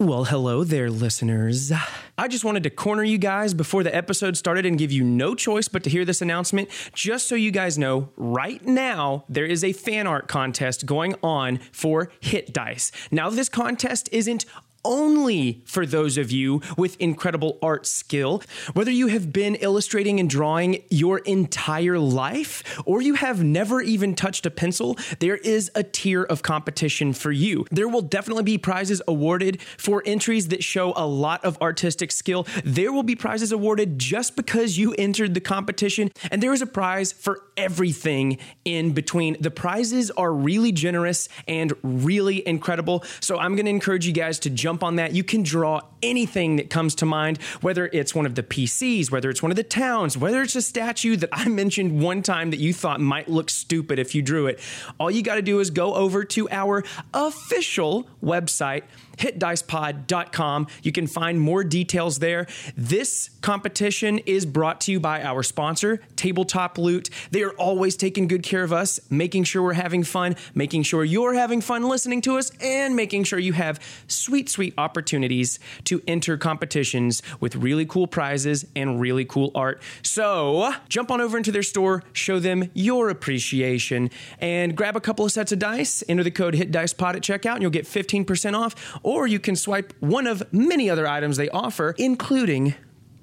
Well, hello there, listeners. I just wanted to corner you guys before the episode started and give you no choice but to hear this announcement. Just so you guys know, right now there is a fan art contest going on for Hit Dice. Now, this contest isn't only for those of you with incredible art skill. Whether you have been illustrating and drawing your entire life or you have never even touched a pencil, there is a tier of competition for you. There will definitely be prizes awarded for entries that show a lot of artistic skill. There will be prizes awarded just because you entered the competition, and there is a prize for everything in between. The prizes are really generous and really incredible. So I'm going to encourage you guys to jump on that. You can draw anything that comes to mind, whether it's one of the PCs, whether it's one of the towns, whether it's a statue that I mentioned one time that you thought might look stupid if you drew it. All you got to do is go over to our official website, hitdicepod.com. You can find more details there. This competition is brought to you by our sponsor, Tabletop Loot. They are always taking good care of us, making sure we're having fun, making sure you're having fun listening to us, and making sure you have sweet, sweet opportunities to enter competitions with really cool prizes and really cool art. So jump on over into their store, show them your appreciation, and grab a couple of sets of dice. Enter the code HitDicePod at checkout, and you'll get 15% off. Or you can swipe one of many other items they offer, including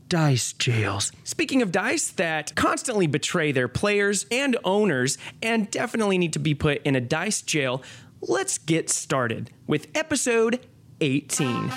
dice jails. Speaking of dice that constantly betray their players and owners and definitely need to be put in a dice jail, let's get started with episode 18.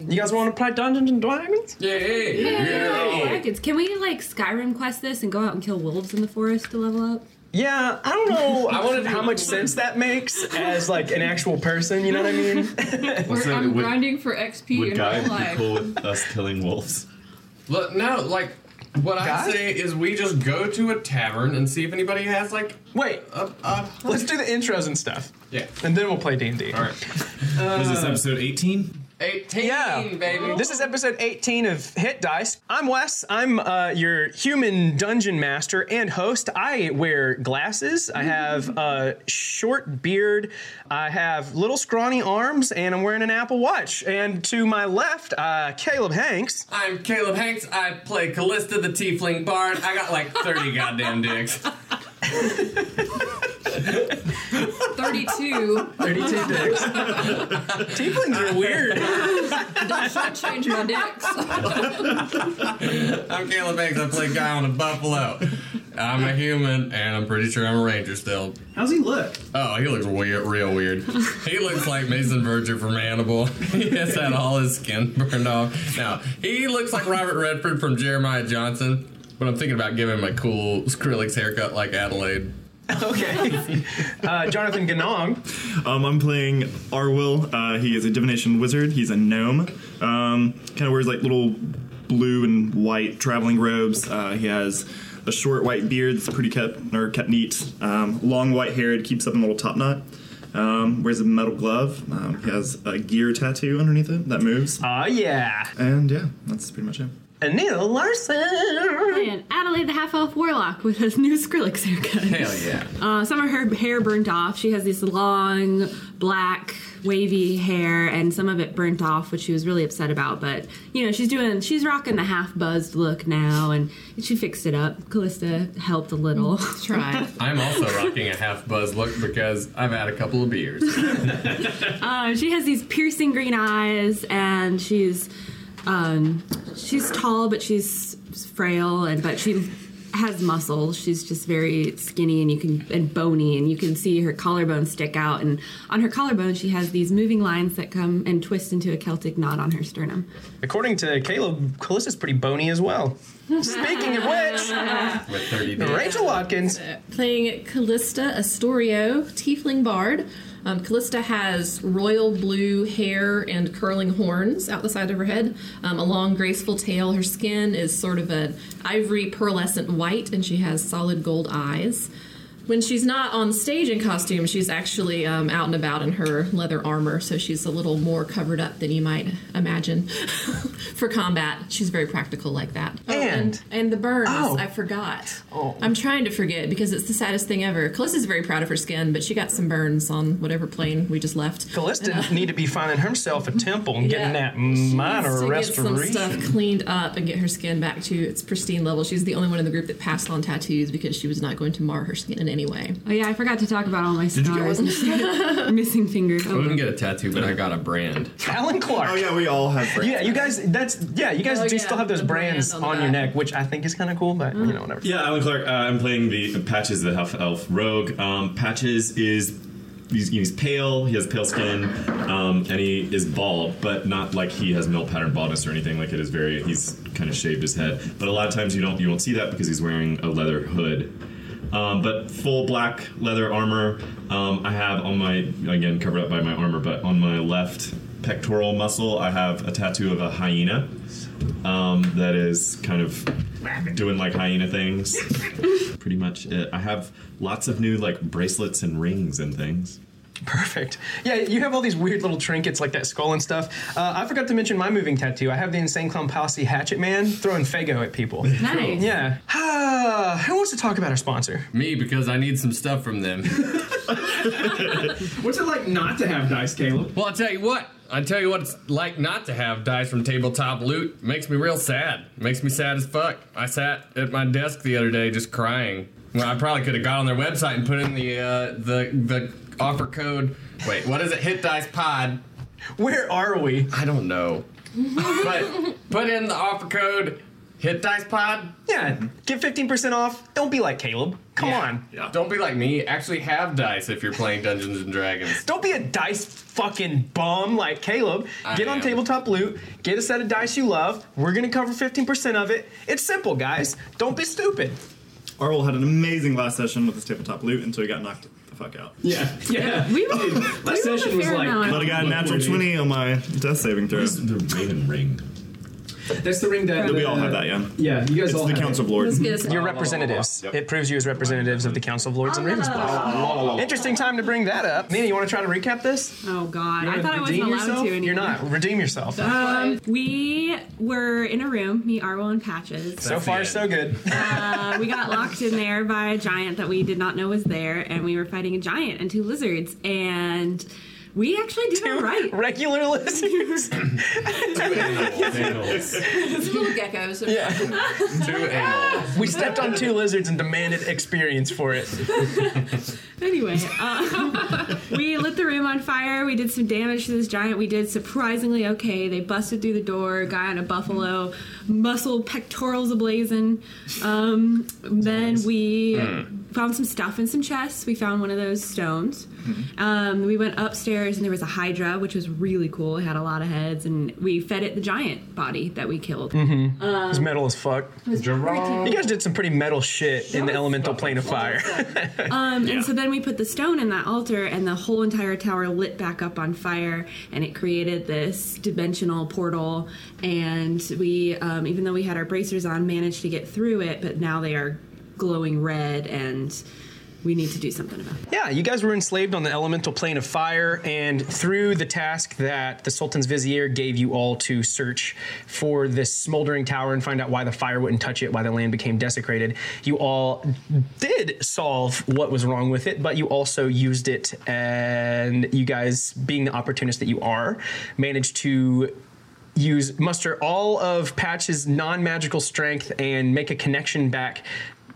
You guys want to play Dungeons and Dragons? Dragons. Can we like Skyrim quest this and go out and kill wolves in the forest to level up? Yeah, I don't know I wanna how much sense that makes as like an actual person, you know what I mean? We're- So I'm would- grinding for XP Would in Guy real be life. cool with us killing wolves? Look, no, like what Guys? I say is we just go to a tavern and see if anybody has like Wait, uh, a, a let's do the intros and stuff. yeah. And then we'll play D&D. All right, Was this episode 18? eighteen, Yeah. baby. This is episode 18 of Hit Dice. I'm Wes. I'm uh, your human dungeon master and host. I wear glasses. I have a short beard. I have little scrawny arms, and I'm wearing an Apple Watch. And to my left, uh, Caleb Hanks. I'm Caleb Hanks. I play Callista the Tiefling Bard. I got like thirty goddamn dicks. 32. 32 dicks. Tieflings are weird. Don't change my dicks. I'm Caleb Hanks. I play Guy on a Buffalo. I'm a human, and I'm pretty sure I'm a ranger still. How's he look? Oh, he looks weird, real weird. he looks like Mason Verger from Hannibal. he has had all his skin burned off. Now, he looks like Robert Redford from Jeremiah Johnson, but I'm thinking about giving him a cool Skrillex haircut like Adelaide. Okay. Uh, Jonathan Ganong. Um, I'm playing Arwill. Uh, he is a divination wizard. He's a gnome. Um, kind of wears like little blue and white traveling robes. Uh, he has a short white beard that's pretty kept or kept neat. Um, long white hair. It keeps up in a little top knot. Um, wears a metal glove. Um, he has a gear tattoo underneath it that moves. Ah, yeah. And yeah, that's pretty much it. Anil Larson. And Adelaide the half elf warlock with his new Skrillex haircut. Hell yeah. Uh, some of her hair burnt off. She has this long, black, wavy hair, and some of it burnt off, which she was really upset about. But you know, she's doing, she's rocking the half buzzed look now, and she fixed it up. Callista helped a little. Try. I'm also rocking a half buzz look because I've had a couple of beers. Uh, she has these piercing green eyes, and she's um, she's tall, but she's frail, and but she has muscle. She's just very skinny, and you can and bony, and you can see her collarbone stick out. And on her collarbone, she has these moving lines that come and twist into a Celtic knot on her sternum. According to Caleb, Callista's pretty bony as well. Speaking of which, With 30 days. Rachel Watkins. playing Callista Astorio, Tiefling Bard. Um, Callista has royal blue hair and curling horns out the side of her head, um, a long, graceful tail. Her skin is sort of an ivory pearlescent white, and she has solid gold eyes. When she's not on stage in costume, she's actually um, out and about in her leather armor, so she's a little more covered up than you might imagine for combat. She's very practical like that. Oh, And- and the burns, Oh. I forgot. I'm trying to forget because it's the saddest thing ever. Calissa's very proud of her skin, but she got some burns on whatever plane we just left. Callista need to be finding herself a temple and getting Yeah. that minor Needs to get some restoration. stuff cleaned up and get her skin back to its pristine level. She's the only one in the group that passed on tattoos because she was not going to mar her skin in any way. Oh yeah, I forgot to talk about all my you get scars. Missing fingers. I Oh, didn't get a tattoo, but I got a brand. Alan Clark. Oh yeah, we all have. Brands. Yeah, you guys. That's yeah. You guys Oh, do yeah, still have those the brand brands on on, the your back. neck, which I think is kind of cool, but you know whatever. Yeah, Alan Clark. Uh, I'm playing the Patches, the half elf rogue. Um, Patches is he's, he's pale. He has pale skin, um, and he is bald, but not like he has mill pattern baldness or anything. Like it is very. He's kind of shaved his head, but a lot of times you don't you won't see that because he's wearing a leather hood. Um, but full black leather armor. Um, I have on my again covered up by my armor, but on my left pectoral muscle, I have a tattoo of a hyena um, that is kind of doing like hyena things. Pretty much it. I have lots of new like bracelets and rings and things. Perfect. Yeah, you have all these weird little trinkets like that skull and stuff. Uh, I forgot to mention my moving tattoo. I have the Insane Clown Posse Hatchet Man throwing Fago at people. nice. Yeah. Ah, who wants to talk about our sponsor? Me, because I need some stuff from them. What's it like not to have dice, Caleb? Well, I'll tell you what. I'll tell you what it's like not to have dice from tabletop loot. Makes me real sad. Makes me sad as fuck. I sat at my desk the other day just crying. Well, I probably could have got on their website and put in the uh, the the offer code. Wait, what is it? Hit dice pod. Where are we? I don't know. but put in the offer code. Hit dice pod. Yeah, get 15% off. Don't be like Caleb. Come on. Don't be like me. Actually, have dice if you're playing Dungeons and Dragons. Don't be a dice fucking bum like Caleb. I get on am. Tabletop Loot, get a set of dice you love. We're gonna cover 15% of it. It's simple, guys. Don't be stupid. Arwell had an amazing last session with his tabletop loot until he got knocked the fuck out. Yeah, yeah. We were, we were a session was fair like- amount. But I got a natural twenty on my death saving throw. The Raven ring. That's the ring that We all have that, yeah. Yeah, you guys It's all the have Council it. of Lords. You're representatives. Yep. It proves you as representatives of the Council of Lords and Ravensclaw. Interesting time to bring that up. Nina, you want to try to recap this? Oh God, I Wanna thought I wasn't redeem allowed yourself? to anymore. You're not. Redeem yourself. Um, we were in a room, me, Arwell, and Patches. so That's far, it. so good. Uh, we got locked in there by a giant that we did not know was there, and we were fighting a giant and two lizards, and we actually did all right. Regular listeners. It's little geckos. They're Two animals. We stepped on two lizards and demanded experience for it. Anyway, um, we lit the room on fire. We did some damage to this giant. We did surprisingly okay. They busted through the door. Guy on a buffalo, muscle pectorals ablazing. Um, then we found some stuff in some chests. We found one of those stones. Um, we went upstairs and there was a hydra, which was really cool. It had a lot of heads, and we fed it the giant body that we killed. It's metal as fuck. You guys did some pretty metal shit in the elemental plane of fire. Um, And so then we put the stone in that altar, and the whole entire tower lit back up on fire, and it created this dimensional portal. And we, um, even though we had our bracers on, managed to get through it, but now they are glowing red, and we need to do something about it. Yeah, you guys were enslaved on the elemental plane of fire, and through the task that the Sultan's Vizier gave you all to search for this smoldering tower and find out why the fire wouldn't touch it, why the land became desecrated, you all did solve what was wrong with it, but you also used it, and you guys, being the opportunist that you are, managed to use muster all of Patch's non-magical strength and make a connection back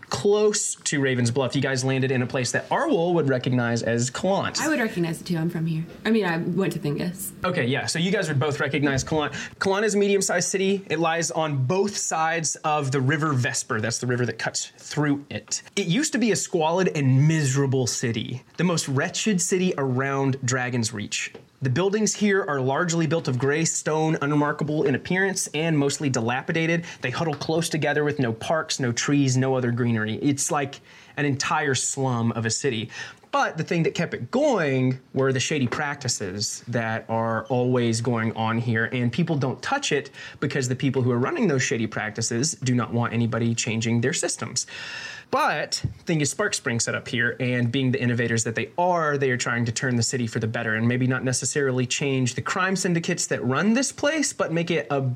close to Raven's Bluff. You guys landed in a place that Arwol would recognize as Kalant. I would recognize it too. I'm from here. I mean, I went to Thingus. Okay, yeah. So you guys would both recognize Kalan. Kalan is a medium-sized city. It lies on both sides of the River Vesper. That's the river that cuts through it. It used to be a squalid and miserable city, the most wretched city around Dragon's Reach. The buildings here are largely built of gray stone, unremarkable in appearance, and mostly dilapidated. They huddle close together with no parks, no trees, no other greenery. It's like an entire slum of a city. But the thing that kept it going were the shady practices that are always going on here, and people don't touch it because the people who are running those shady practices do not want anybody changing their systems. But thing is, SparkSpring set up here, and being the innovators that they are, they are trying to turn the city for the better, and maybe not necessarily change the crime syndicates that run this place, but make it a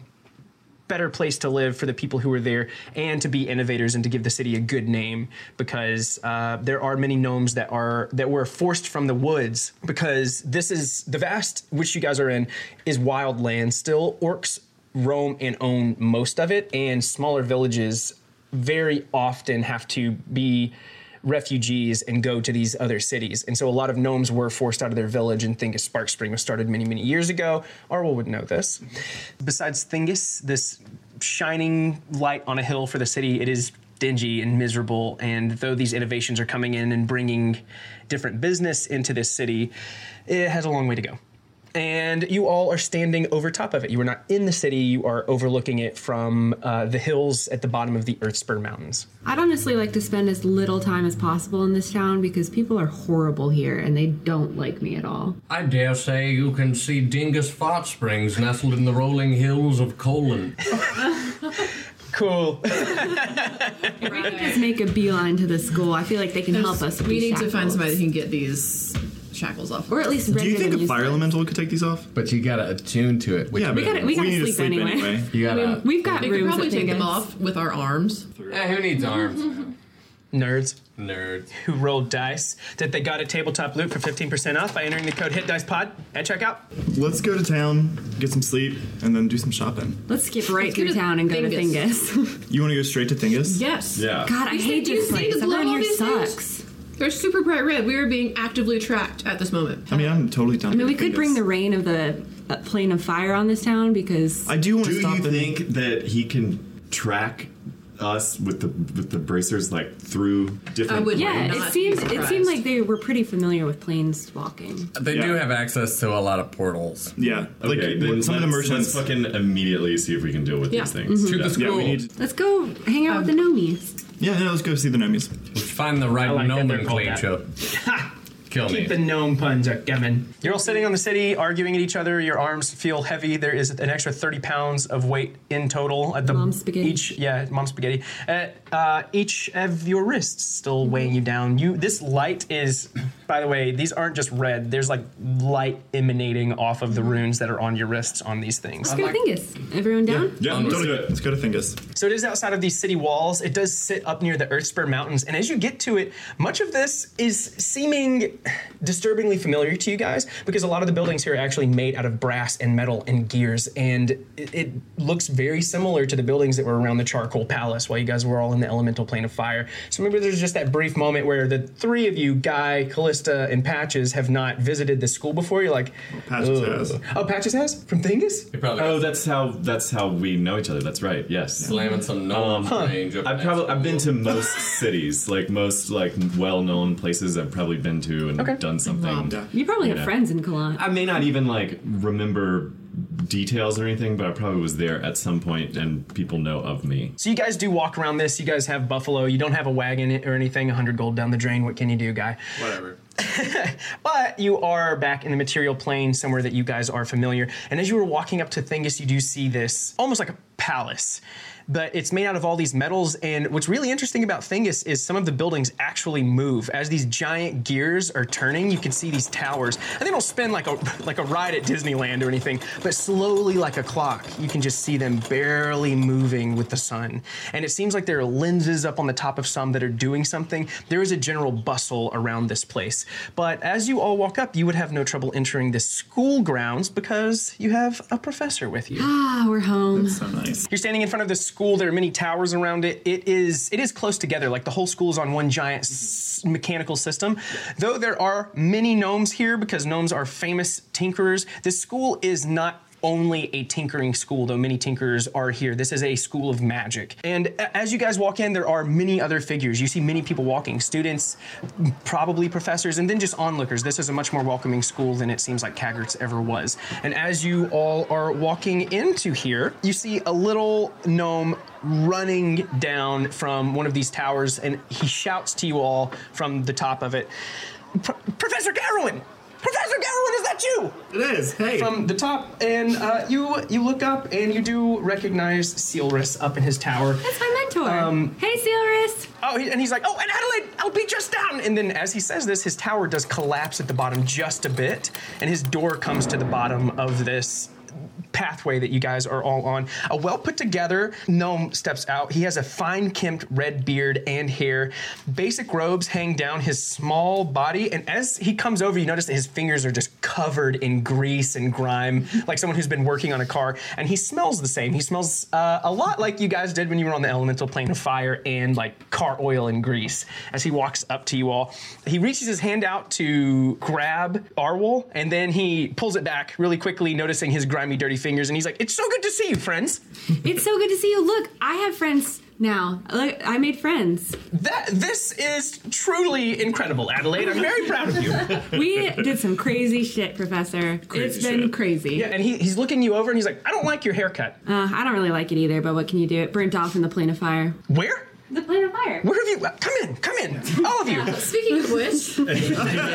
better place to live for the people who are there and to be innovators and to give the city a good name because uh, there are many gnomes that are that were forced from the woods because this is the vast which you guys are in is wild land still orcs roam and own most of it and smaller villages very often have to be refugees and go to these other cities. And so a lot of gnomes were forced out of their village, and Thingus Spark Spring was started many, many years ago. Arwell would know this. Besides Thingus, this shining light on a hill for the city, it is dingy and miserable. And though these innovations are coming in and bringing different business into this city, it has a long way to go. And you all are standing over top of it. You are not in the city, you are overlooking it from uh, the hills at the bottom of the Earthspur Mountains. I'd honestly like to spend as little time as possible in this town because people are horrible here and they don't like me at all. I dare say you can see Dingus Fart Springs nestled in the rolling hills of Colon. cool. Just make a beeline to the school. I feel like they can There's- help us. with We these need to find shackles. somebody who can get these shackles off, Or at least Do you render think them a fire useless. elemental could take these off? But you gotta attune to it. Which Yeah, We but gotta- we gotta need to sleep anyway. you I gotta. mean, We've got we rooms. could probably that they take them guess. off with our arms. Eh, who needs arms? Nerds. Nerd. who rolled dice that they got a tabletop loot for 15% off by entering the code HitDicePod at checkout. Let's go to town, get some sleep, and then do some shopping. Let's skip right Let's go through to town and go to Thingus. Thingus. You want to go straight to Thingus? Yes. Yeah. God, I You hate said you this said place. to blow Everyone all here these things. sucks. They're super bright red. We are being actively tracked at this moment. I mean, I'm totally down. I mean, we could bring the rain of the uh, plane of fire on this town because I do want Do to stop you them. think that he can track us with the with the bracers like through different? I would yeah, not it be seems it surprised. seemed like they were pretty familiar with planes walking. They do Yeah. have access to a lot of portals. Yeah, like Okay, when then some of the let's- merchants. Let's fucking immediately see if we can deal with Yeah. these things. To the school. yeah, we need. Let's go hang out with the Um, gnomies. Yeah, no, let's go see the gnomies. Find the right like that they're called nomenclature. Kill me. Keep the gnome puns are coming. You're all sitting on the city, arguing at each other. Your arms feel heavy. There is an extra 30 pounds of weight in total at the Mom spaghetti. each. Yeah, mom spaghetti. At uh, each of your wrists, still weighing you down. You this light is, by the way, these aren't just red. There's like light emanating off of the runes that are on your wrists on these things. Let's go to Thingus. Everyone down? Yeah, let's do it. Let's go to Thingus. So it is outside of these city walls. It does sit up near the Earthspur Mountains, and as you get to it, much of this is seeming disturbingly familiar to you guys because a lot of the buildings here are actually made out of brass and metal and gears, and it, it looks very similar to the buildings that were around the Charcoal Palace while you guys were all in the Elemental Plane of Fire. So maybe there's just that brief moment where the three of you, Guy, Callista, and Patches, have not visited the school before. You're like, Patches "Ugh." has. Oh, Patches has from Thingus. You probably Oh, got that's how that's how we know each other. That's right. Yes. slamming Um, some gnome range. up I've next. probably I've been to most cities, like most like well-known places. I've probably been to and Okay. done something. Yeah. You probably have Yeah. friends in Kalan. I may not even like remember details or anything, but I probably was there at some point, and people know of me. So you guys do walk around this. You guys have buffalo. You don't have a wagon or anything. 100 gold down the drain. What can you do, guy? Whatever. But you are back in the material plane, somewhere that you guys are familiar. And as you were walking up to Thingus, you do see this almost like a palace, but it's made out of all these metals. And what's really interesting about Thingus is some of the buildings actually move as these giant gears are turning. You can see these towers, and they don't spin like a like a ride at Disneyland or anything, but slowly like a clock. You can just see them barely moving with the sun. And it seems like there are lenses up on the top of some that are doing something. There is a general bustle around this place. But as you all walk up, you would have no trouble entering the school grounds because you have a professor with you. Ah, we're home. So nice. You're standing in front of the school. There are many towers around it. It is it is close together. Like the whole school is on one giant s- mechanical system. Though there are many gnomes here because gnomes are famous tinkerers. This school is not only a tinkering school though many tinkerers are here this is a school of magic and a- as you guys walk in there are many other figures you see many people walking students probably professors and then just onlookers this is a much more welcoming school than it seems like Kaggert's ever was and as you all are walking into here you see a little gnome running down from one of these towers and he shouts to you all from the top of it Pro- Professor Garrowin! Professor Garrowin, is that you? It is. Hey. From the top, and uh, you you look up and you do recognize Sealrus up in his tower. That's my mentor. Um, hey, Sealrus. Oh, he, and he's like, oh, and Adelaide, I'll be just down. And then as he says this, his tower does collapse at the bottom just a bit, and his door comes to the bottom of this pathway that you guys are all on. A well put together gnome steps out. He has a fine kempt red beard and hair. Basic robes hang down his small body, and as he comes over, you notice that his fingers are just covered in grease and grime, like someone who's been working on a car. And he smells the same. He smells uh, a lot like you guys did when you were on the elemental plane of fire and like car oil and grease. As he walks up to you all, he reaches his hand out to grab Arwol, and then he pulls it back really quickly, noticing his grimy, dirty fingers. And he's like, "It's so good to see you, friends." It's so good to see you. Look, I have friends now. Look, I made friends. That this is truly incredible, Adelaide. I'm very proud of you. we did some crazy shit, Professor. it's been crazy. Yeah, and he, he's looking you over, and he's like, "I don't like your haircut." Uh, I don't really like it either, but what can you do? It burnt off in the plane of fire. Where? The plane of fire. Where have you? Come in, come in, all of you. Speaking of which,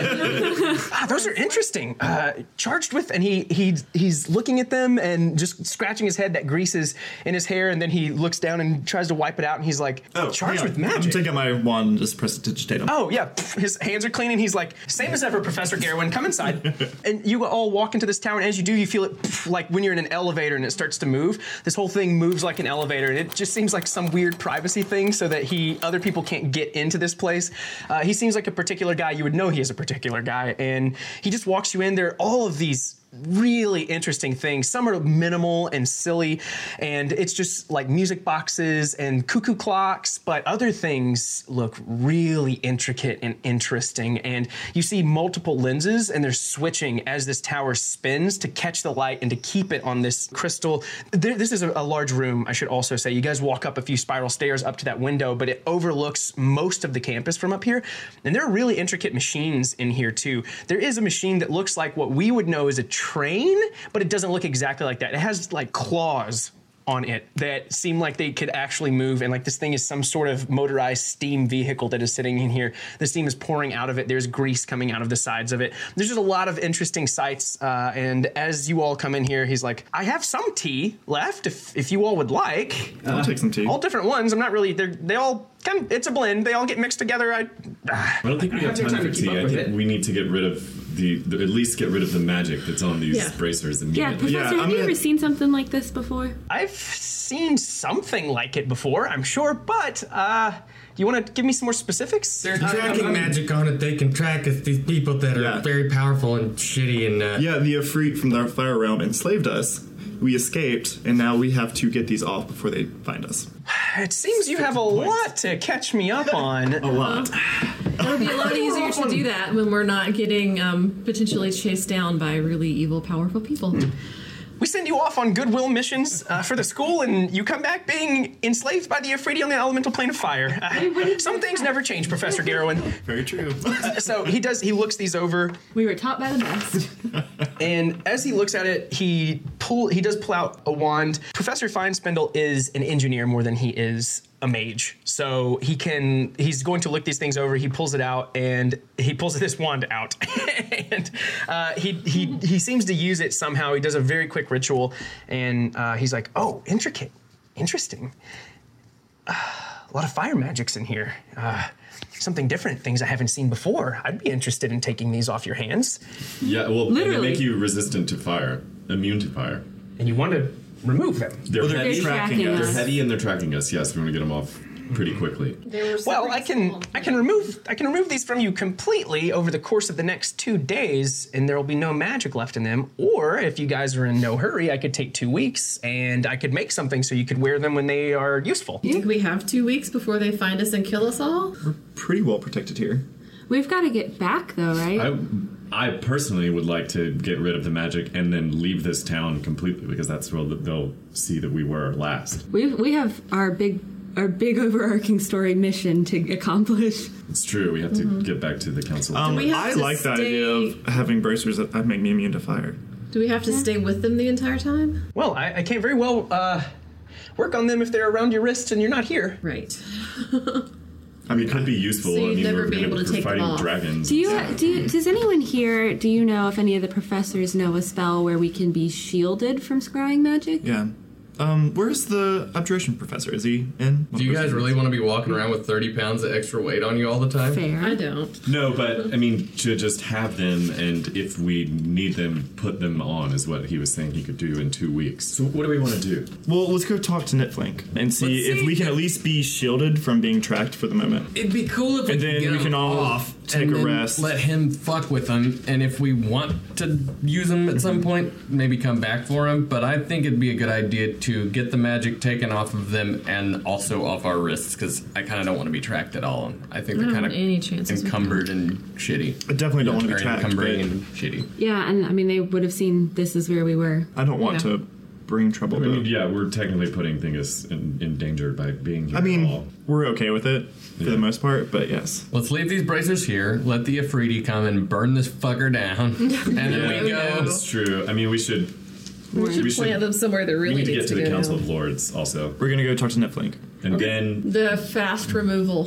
ah, those are interesting. Uh, charged with, and he he he's looking at them and just scratching his head that grease is in his hair, and then he looks down and tries to wipe it out, and he's like, Oh, charged hang on. with magic." I'm taking my wand and just press to digitate him. Oh yeah, Pff, his hands are clean, and he's like, "Same as ever, Professor Garwin. Come inside." and you all walk into this tower, and as you do, you feel it pff, like when you're in an elevator and it starts to move. This whole thing moves like an elevator, and it just seems like some weird privacy thing, so that he other people can't get into this place. Uh, he seems like a particular guy. You would know he is a particular guy, and he just walks you in. There are all of these really interesting things. Some are minimal and silly, and it's just like music boxes and cuckoo clocks, but other things look really intricate and interesting. And you see multiple lenses, and they're switching as this tower spins to catch the light and to keep it on this crystal. There, this is a, a large room, I should also say. You guys walk up a few spiral stairs up to that window, but it overlooks most of the campus from up here. And there are really intricate machines in here, too. There is a machine that looks like what we would know as a train, but it doesn't look exactly like that. It has like claws on it that seem like they could actually move and like this thing is some sort of motorized steam vehicle that is sitting in here the steam is pouring out of it there's grease coming out of the sides of it there's just a lot of interesting sights uh, and as you all come in here he's like i have some tea left if, if you all would like I'll take some tea. all different ones i'm not really they're they all come it's a blend they all get mixed together i I don't think we have have no time, time for to keep tea. up I with think it. we need to get rid of the, the at least get rid of the magic that's on these Yeah. bracers Yeah, immediately. Professor, have I'm you gonna- ever seen something like this before? I've seen something like it before, I'm sure, but uh, do you want to give me some more specifics? They're tracking magic on it. They can track us. These people that are Yeah. very powerful and shitty and uh, Yeah, the Afrit from the Fire Realm enslaved us. We escaped, and now we have to get these off before they find us. It seems you have a lot to catch me up on. A Uh-huh. lot. it would be a lot easier to do that when we're not getting um, potentially chased down by really evil, powerful people. Hmm. We send you off on goodwill missions uh, for the school, and you come back being enslaved by the Afridi on the elemental plane of fire. Uh, some things never change, Professor Garrowin. Very true. So he does. He looks these over, We were taught by the best. and as he looks at it, he pull. He does pull out a wand. Professor Finespindle is an engineer more than he is a mage, so he can. He's going to look these things over. He pulls it out, and he pulls this wand out, and uh, he he he seems to use it somehow. He does a very quick ritual, and uh, he's like, "Oh, intricate, interesting." Uh, a lot of fire magics in here. Uh, something different, things I haven't seen before. I'd be interested in taking these off your hands. Yeah, well, and they Literally. make you resistant to fire, immune to fire. And you want to remove them. They're, they're heavy, They're tracking tracking us. they're us. heavy and they're tracking us. Yes, we want to get them off pretty quickly. Well, I can I can remove I can remove these from you completely over the course of the next two days, and there will be no magic left in them. Or if you guys are in no hurry, I could take two weeks and I could make something so you could wear them when they are useful. You think we have two weeks before they find us and kill us all? Pretty well protected here. We've got to get back though, right? I I personally would like to get rid of the magic and then leave this town completely because that's where they'll see that we were last. We've, we have our big our big overarching story mission to accomplish. It's true. We have to Mm-hmm. get back to the council. Um, we have I to like that idea of having bracers that, that make me immune to fire. Do we have to stay with them the entire time? Well, I, I can't very well uh, work on them if they're around your wrists and you're not here. Right. I mean, it could be useful. So I you'd mean, never we're be gonna- able to we're take them fighting off. dragons. Do you, do you- Does anyone here? Do you know if any of the professors know a spell where we can be shielded from scrying magic? Yeah. Um, where's the abjuration professor? Is he in? Do you guys really want to be walking around with 30 pounds of extra weight on you all the time? Fair. I don't. No, but I mean to just have them, and if we need them, put them on is what he was saying he could do in two weeks. So what do we want to do? Well, let's go talk to Nitflink and see Let's if see. we can at least be shielded from being tracked for the moment. It'd be cool if And we then could get we can him all off, take and a then rest. Let him fuck with them, and if we want to use them at Mm-hmm. some point, maybe come back for him. But I think it'd be a good idea to get the magic taken off of them and also off our wrists because I kind of don't want to be tracked at all. I think they're I don't kind of want any chances with encumbered and shitty. I definitely don't want to Or be tracked. encumbering but and shitty. Yeah, and I mean they would have seen this is where we were. I don't want Yeah. to bring trouble. I to mean, yeah, we're technically putting Thingus in, in danger by being here. I at all. mean, we're okay with it for the most part, but yes. Let's leave these bracers here. Let the Afridi come and burn this fucker down, and then we Yeah. go. that's true. I mean, we should. We should We should- plant them somewhere that We really need to needs get to the go Council down. of Lords also, We're gonna go talk to Nitflink. and then The fast removal.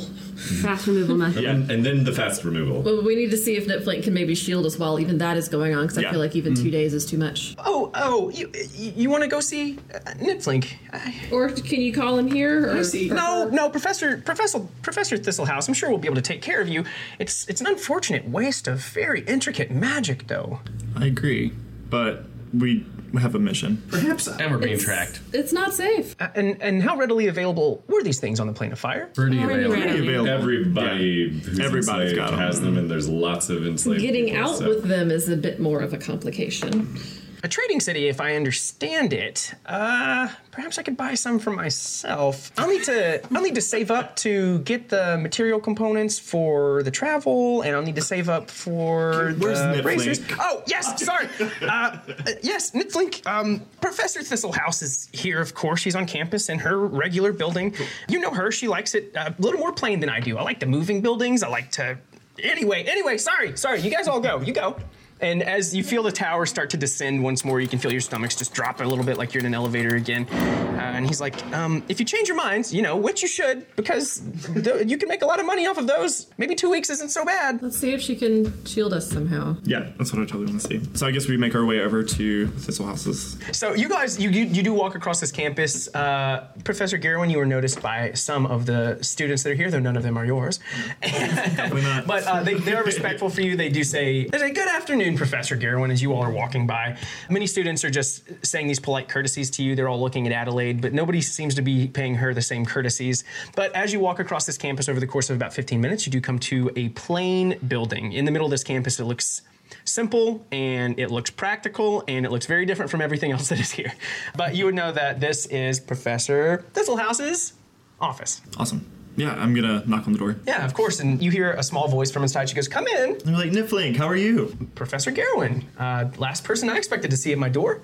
Fast removal method. yeah, and then the fast removal. But we need to see if Netflix can maybe shield us while even that is going on, because I Yeah. feel like even Hmm. two days is too much. Oh, oh, you you, you want to go see uh, Nipslink? I- Or can you call him here? Or, or- No, no, Professor Professor Professor Thistlehouse. I'm sure we'll be able to take care of you. It's it's an unfortunate waste of very intricate magic, though. I agree, but we have a mission. Perhaps. And we're being tracked. It's not safe. Uh, and and how readily available were these things on the plane of fire? Pretty Already available. ready. Available. Everybody who's Everybody's enslaved got 'em. has them, and there's lots of enslaved. Getting people, out so- with them is a bit more of a complication. A trading city, if I understand it. Uh, perhaps I could buy some for myself. I'll need to I'll need to save up to get the material components for the travel, and I'll need to save up for Where's the Nitflink? bracers. Oh yes, sorry. Uh, uh, yes, Nitflink. Um, Professor Thistlehouse is here, of course. She's on campus in her regular building. You know her. She likes it uh, a little more plain than I do. I like the moving buildings. I like to. Anyway, anyway, sorry, sorry. You guys all go. You go. And as you feel the towers start to descend once more, you can feel your stomachs just drop a little bit like you're in an elevator again. Uh, and he's like, um, if you change your minds, you know, which you should, because th- you can make a lot of money off of those. Maybe two weeks isn't so bad. Let's see if she can shield us somehow. Yeah, that's what I totally want to see. So I guess we make our way over to Thistle House's. So you guys, you you, you do walk across this campus. Uh, Professor Garwin, you were noticed by some of the students that are here, though none of them are yours. not. but uh, they, they are respectful for you. They do say, they say, good afternoon, Professor Garwin, as you all are walking by. Many students are just saying these polite courtesies to you. They're all looking at Adelaide, but nobody seems to be paying her the same courtesies. But as you walk across this campus over the course of about 15 minutes, you do come to a plain building. In the middle of this campus, it looks simple and it looks practical and it looks very different from everything else that is here. But you would know that this is Professor Thistlehouse's office. Awesome. Yeah, I'm gonna knock on the door. Yeah, of course. And you hear a small voice from inside. She goes, Come in, And we're like, Niflink, how are you? Professor Garwin. Uh, last person I expected to see at my door.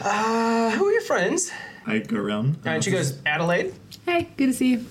Uh, who are your friends? I go around. And she goes, Adelaide. Hey, good to see you.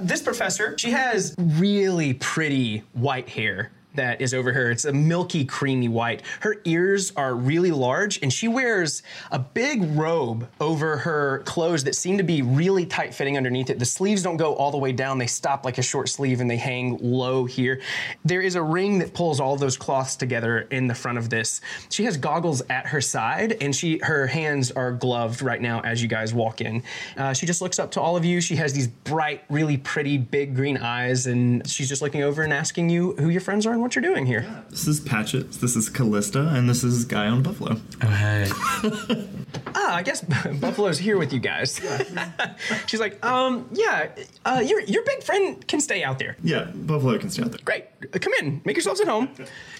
this professor, she has really pretty white hair that is over her. It's a milky, creamy white. Her ears are really large, and she wears a big robe over her clothes that seem to be really tight fitting underneath it. The sleeves don't go all the way down, they stop like a short sleeve and they hang low here. There is a ring that pulls all those cloths together in the front of this. She has goggles at her side, and she her hands are gloved right now as you guys walk in. Uh, she just looks up to all of you. She has these bright, really pretty, big green eyes, and she's just looking over and asking you who your friends are and what you're doing here. This is Patchets, this is Callista, and this is Guy on Buffalo. Oh, hey. Ah, I guess Buffalo's here with you guys. she's like, um, yeah, uh, your your big friend can stay out there. Yeah, Buffalo can stay out there. great. Uh, Come in, make yourselves at home.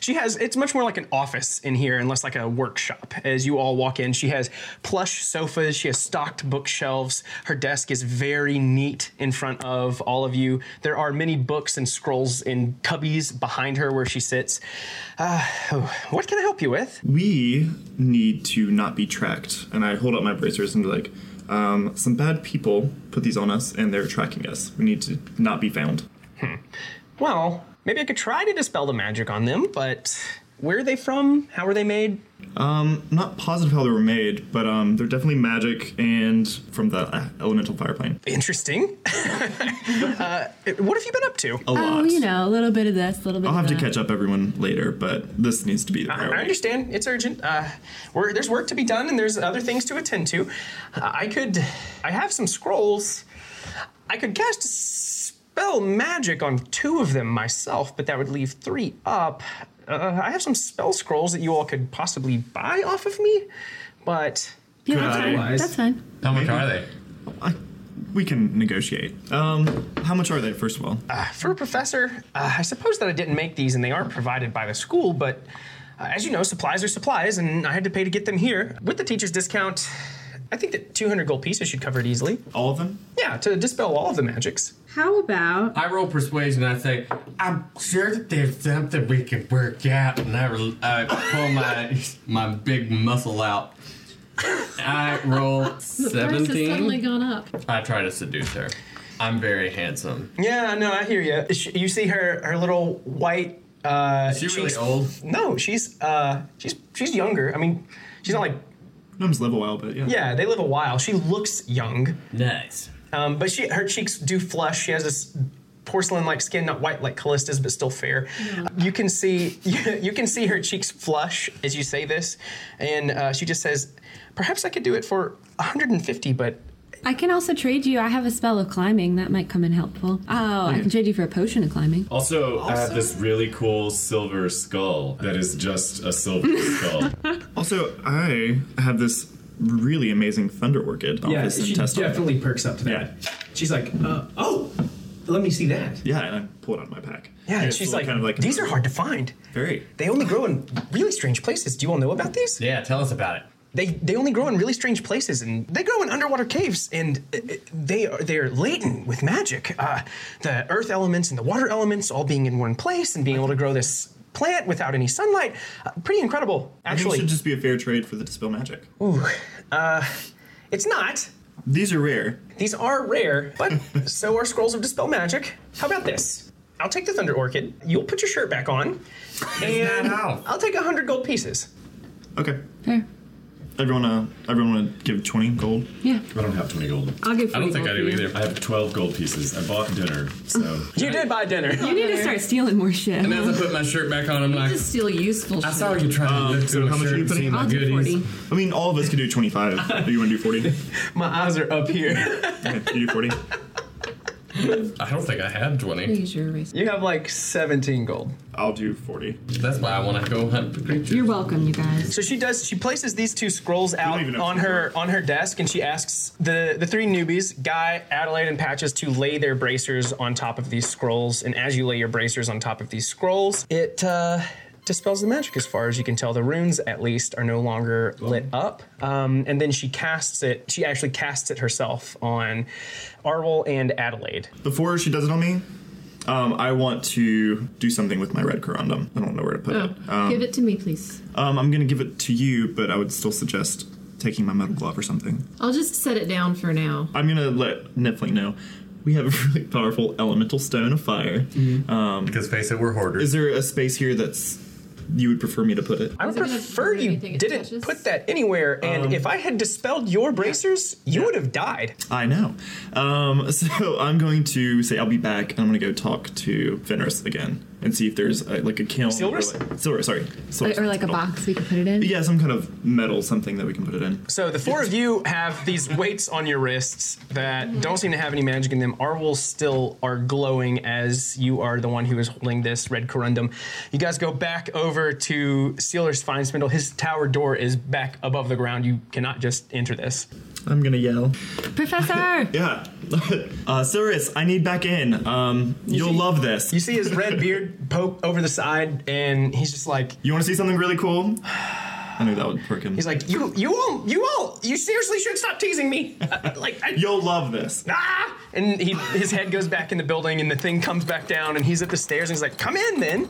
She has, it's much more like an office in here and less like a workshop. As you all walk in, she has plush sofas, she has stocked bookshelves. Her desk is very neat in front of all of you. There are many books and scrolls in cubbies behind her where she sits. Uh, what can I help you with? We need to not be tracked. And I hold up my bracers and be like, um, some bad people put these on us and they're tracking us. We need to not be found. Well, maybe I could try to dispel the magic on them, but Where are they from? How were they made? Um, not positive how they were made, but um, they're definitely magic and from the uh, elemental fire plane. Interesting. uh, what have you been up to? A lot. Oh, you know, a little bit of this, a little bit I'll of have to that. catch up everyone later, but this needs to be the I priority. understand it's urgent. Uh, we're, there's work to be done, and there's other things to attend to. Uh, I could, I have some scrolls. I could cast spell magic on two of them myself, but that would leave three up. Uh, I have some spell scrolls that you all could possibly buy off of me, but Yeah, Could that's I- fine. That's fine. How much are they? We can negotiate. Um, how much are they, first of all? for a professor, uh, I suppose that I didn't make these and they aren't provided by the school, but uh, as you know, supplies are supplies, and I had to pay to get them here. With the teacher's discount, I think that 200 gold pieces should cover it easily. All of them? Yeah, to dispel all of the magics. How about I roll persuasion. and I say, I'm sure that there's something we can work out, and I, re- I pull my my big muscle out. I roll The price has suddenly seventeen. gone up. I try to seduce her. I'm very handsome. Yeah, no, I hear you. You see her her little white. Uh, Is she really cheeks- old? No, she's uh, she's she's younger. I mean, she's not like Gnomes live a while, but yeah. yeah. They live a while. She looks young, Nice. um, but she her cheeks do flush. She has this porcelain-like skin, not white like Callista's, but still fair. You can see you, can see her cheeks flush as you say this, and uh, she just says, "Perhaps I could do it for 150, but I can also trade you. I have a spell of climbing that might come in helpful. Oh, I can trade you for a potion of climbing. Also, I have this really cool silver skull that is just a silver skull. Also, I have this really amazing thunder orchid Yeah, office she in Tesla. definitely perks up to that. She's like, uh, oh, let me see that. Yeah, and I pull it out of my pack. yeah." And It's she's still like, kind of like "These are hard to find." Very. They only grow in really strange places. Do you all know about these? Yeah, tell us about it. They they only grow in really strange places, and they grow in underwater caves, and uh, uh, they are they're laden with magic. Uh, the earth elements and the water elements all being in one place, and being able to grow this plant without any sunlight. Uh, pretty incredible, I think it actually. should just be a fair trade for the dispel magic. It's not. These are rare. These are rare, but so are scrolls of dispel magic. How about this? I'll take the thunder orchid. You'll put your shirt back on, and how? I'll take a hundred gold pieces. Okay. Fair. Everyone, uh, everyone want to give 20 gold? Yeah. I don't have 20 gold. I'll give I don't 40 gold think I for do you. either. I have 12 gold pieces. I bought dinner, so. You did buy dinner. You need to start stealing more shit. And as I put my shirt back on, I'm like, Just steal useful I shit. saw you trying Um, to look so through my how much are shirt you and putting- see my I'll do 40. goodies. I mean, all of us could do 25. do you want to do 40? My eyes are up here. Okay, you do 40. I don't think I had 20. Use your eraser. You have like 17 gold. I'll do 40. That's why I want to go hunt for creatures. You're welcome, you guys. So she does. She places these two scrolls out even know on if they her on her desk, and she asks the the three newbies, Guy, Adelaide, and Patches, to lay their bracers on top of these scrolls. And as you lay your bracers on top of these scrolls, it uh, dispels the magic. As far as you can tell, the runes at least are no longer Oh. lit up. Um, and then she casts it. She actually casts it herself on Arwel and Adelaide. Before she does it on me, um, I want to do something with my red corundum. I don't know where to put it. Give it to me, please. Um, I'm going to give it to you, but I would still suggest taking my metal glove or something. I'll just set it down for now. I'm going to let Nifling know. We have a really powerful elemental stone of fire. Because face it, we're hoarders. Is there a space here that's you would prefer me to put it? I would it gonna prefer do you anything it didn't touches? put that anywhere. And Um, if I had dispelled your bracers, you would have died. I know. Um, so I'm going to say I'll be back, and I'm going to go talk to Fenris again and see if there's a, like a kiln. Silvers? Or like, silver, sorry. Silver's Or like a metal. box we could put it in. Yeah, some kind of metal something that we can put it in. So the four of you have these weights on your wrists that don't seem to have any magic in them. Arwol still are glowing as you are the one who is holding this red corundum. You guys go back over to Sealer's Fine Spindle. His tower door is back above the ground. You cannot just enter this. I'm going to yell. Professor! Yeah. uh, Silverus, I need back in. Um, you'll love this. You see his red beard poke over the side, and he's just like, You want to see something really cool? I knew that would perk him. he's like, you, you all, you all, you seriously should stop teasing me. Uh, like, I, You'll love this. ah! And he, his head goes back in the building, and the thing comes back down, and he's at the stairs, and he's like, "Come in, then."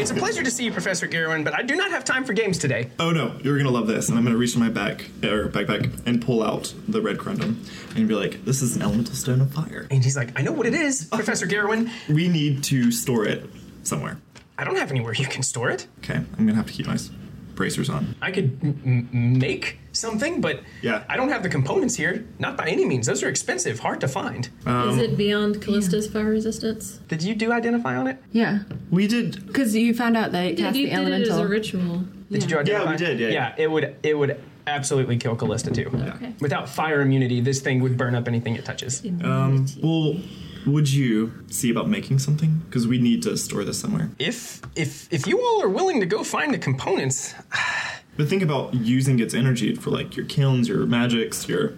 It's a pleasure to see you, Professor Gerwin, but I do not have time for games today. Oh no, you're gonna love this. And I'm gonna reach in my back or backpack and pull out the red corundum and be like, this is an elemental stone of fire. And he's like, "I know what it is, Professor Gerwin." We need to store it somewhere. I don't have anywhere you can store it. Okay, I'm gonna have to keep my s- bracers on. I could m- m- make something, but Yeah. I don't have the components here. Not by any means. Those are expensive, hard to find. Is it beyond Callista's fire resistance? Did you do identify on it? Yeah, We did. because you found out that it Yeah, cast you the did it as elemental. a ritual. Did you Yeah, identify? we did, yeah, yeah. It would. It would absolutely kill Callista too. Okay. Without fire immunity, this thing would burn up anything it touches. Um, well, would you see about making something? Because we need to store this somewhere. If if if you all are willing to go find the components, But think about using its energy for like your kilns, your magics, your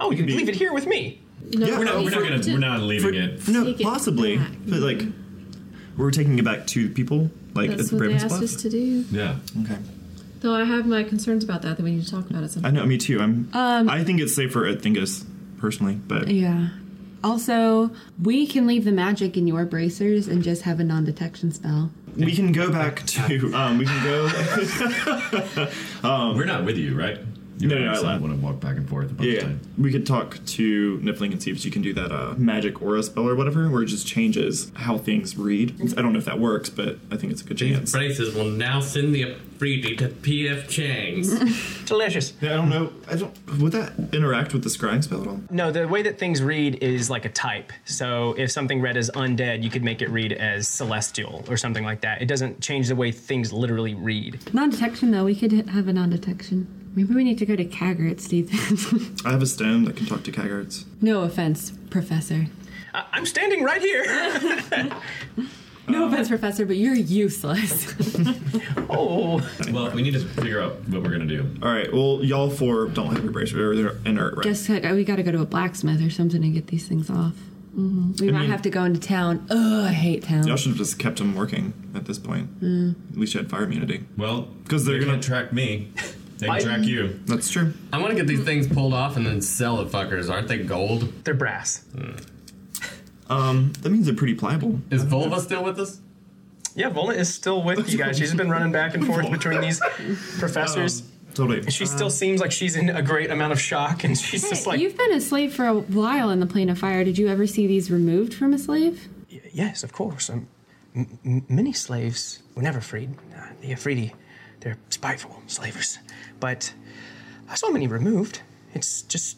oh, you can can be- leave it here with me. No, Yeah, We're not, we're not gonna. We're not leaving it. no, Take it possibly, back. but like we're taking it back to the people, like at That's the what they Raven's asked us to do. Yeah. Okay, Though I have my concerns about that that we need to talk about at some I know. Me too. I'm. Um, I think it's safer at Thingus personally, but yeah. Also, we can leave the magic in your bracers and just have a non-detection spell. we can go back to. Um, we can go. We're not with you, right? You No, no, I I left. want to walk back and forth a bunch of yeah, times. we could talk to Niffling and see if she can do that uh, magic aura spell or whatever, where it just changes how things read. I don't know if that works, but I think it's a good These chance. braces will now send the Afridi to P.F. Chang's. Delicious. Yeah, I don't know. I don't. Would that interact with the scrying spell at all? No, the way that things read is like a type. So if something read as undead, you could make it read as celestial or something like that. It doesn't change the way things literally read. Non-detection though, we could h- have a non-detection. Maybe we need to go to Kagger, Steve. I have a stone that can talk to Kaggarts. no offense, Professor. I- I'm standing right here. Oh. No offense, Professor, but you're useless. Oh, Well, we need to figure out what we're gonna do. All right. Well, y'all four don't have your bracer. They're inert, right? Just like, we got to go to a blacksmith or something to get these things off. hmm We might Mm-hmm. mean- have to go into town. Ugh, I hate town. Y'all should have just kept them working at this point. At least you had fire immunity. Well, 'Cause they're gonna- track me. They I- can track you. That's true. I want to get these things pulled off and then sell the fuckers. Aren't they gold? they're brass. Um, that means they're pretty pliable. Is Volva still with us? Yeah, Volant is still with you guys. She's been running back and forth between these professors. Totally. Uh, She still seems like she's in a great amount of shock, and she's just Hey, like, You've been a slave for a while in the plane of fire. Did you ever see these removed from a slave? "Yes, of course. Um, m- m- many slaves were never freed. Uh, the Afridi, they're spiteful slavers. But I saw many removed. It's just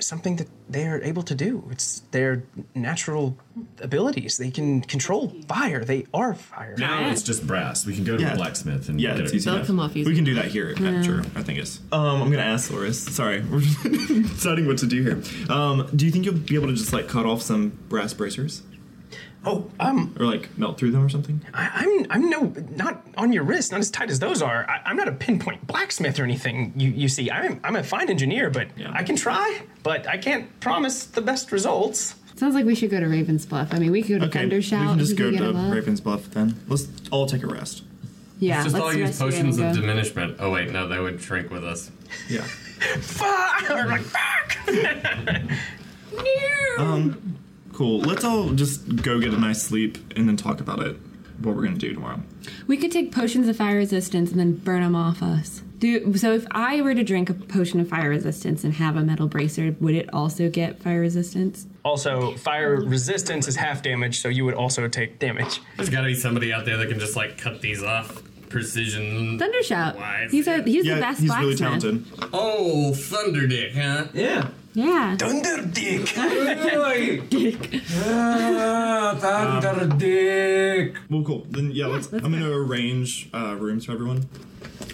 something that they are able to do. It's their natural abilities. They can control fire. They are fire. Now it's just brass. We can go to Yeah. the blacksmith and Yeah, get it's it. easy. They'll enough. come off easy. We can do that here at Sure, I think it's. Um, I'm gonna ask Loris. Sorry, we're just deciding what to do here. Um, do you think you'll be able to just like cut off some brass bracers, Oh, um, or like melt through them or something? I, I'm I'm no not on your wrist, not as tight as those are. I, I'm not a pinpoint blacksmith or anything. You you see, I'm I'm a fine engineer, but Yeah. I can try, but I can't promise the best results. Sounds like we should go to Raven's Bluff. I mean, we could go to Thundershout. we can just we go could get to a love. Raven's Bluff then. Let's all take a rest. Yeah, Just let's all use rest together and potions of go. diminishment. Oh wait, no, they would shrink with us. Yeah. Fuck! Or like fuck! Cool. Let's all just go get a nice sleep and then talk about it. What we're gonna do tomorrow. We could take potions of fire resistance and then burn them off us. Do, so if I were to drink a potion of fire resistance and have a metal bracer, would it also get fire resistance? Also, fire resistance is half damage, so you would also take damage. There's got to be somebody out there that can just like cut these off. Precision. Thundershout. Wise. He's a he's the Yeah, best he's blacksmith. really talented. Oh, thunder dick, huh? Yeah. Yeah. Thunder dick. thunder dick. Well, cool. Then yeah, let's. I'm gonna arrange uh, rooms for everyone.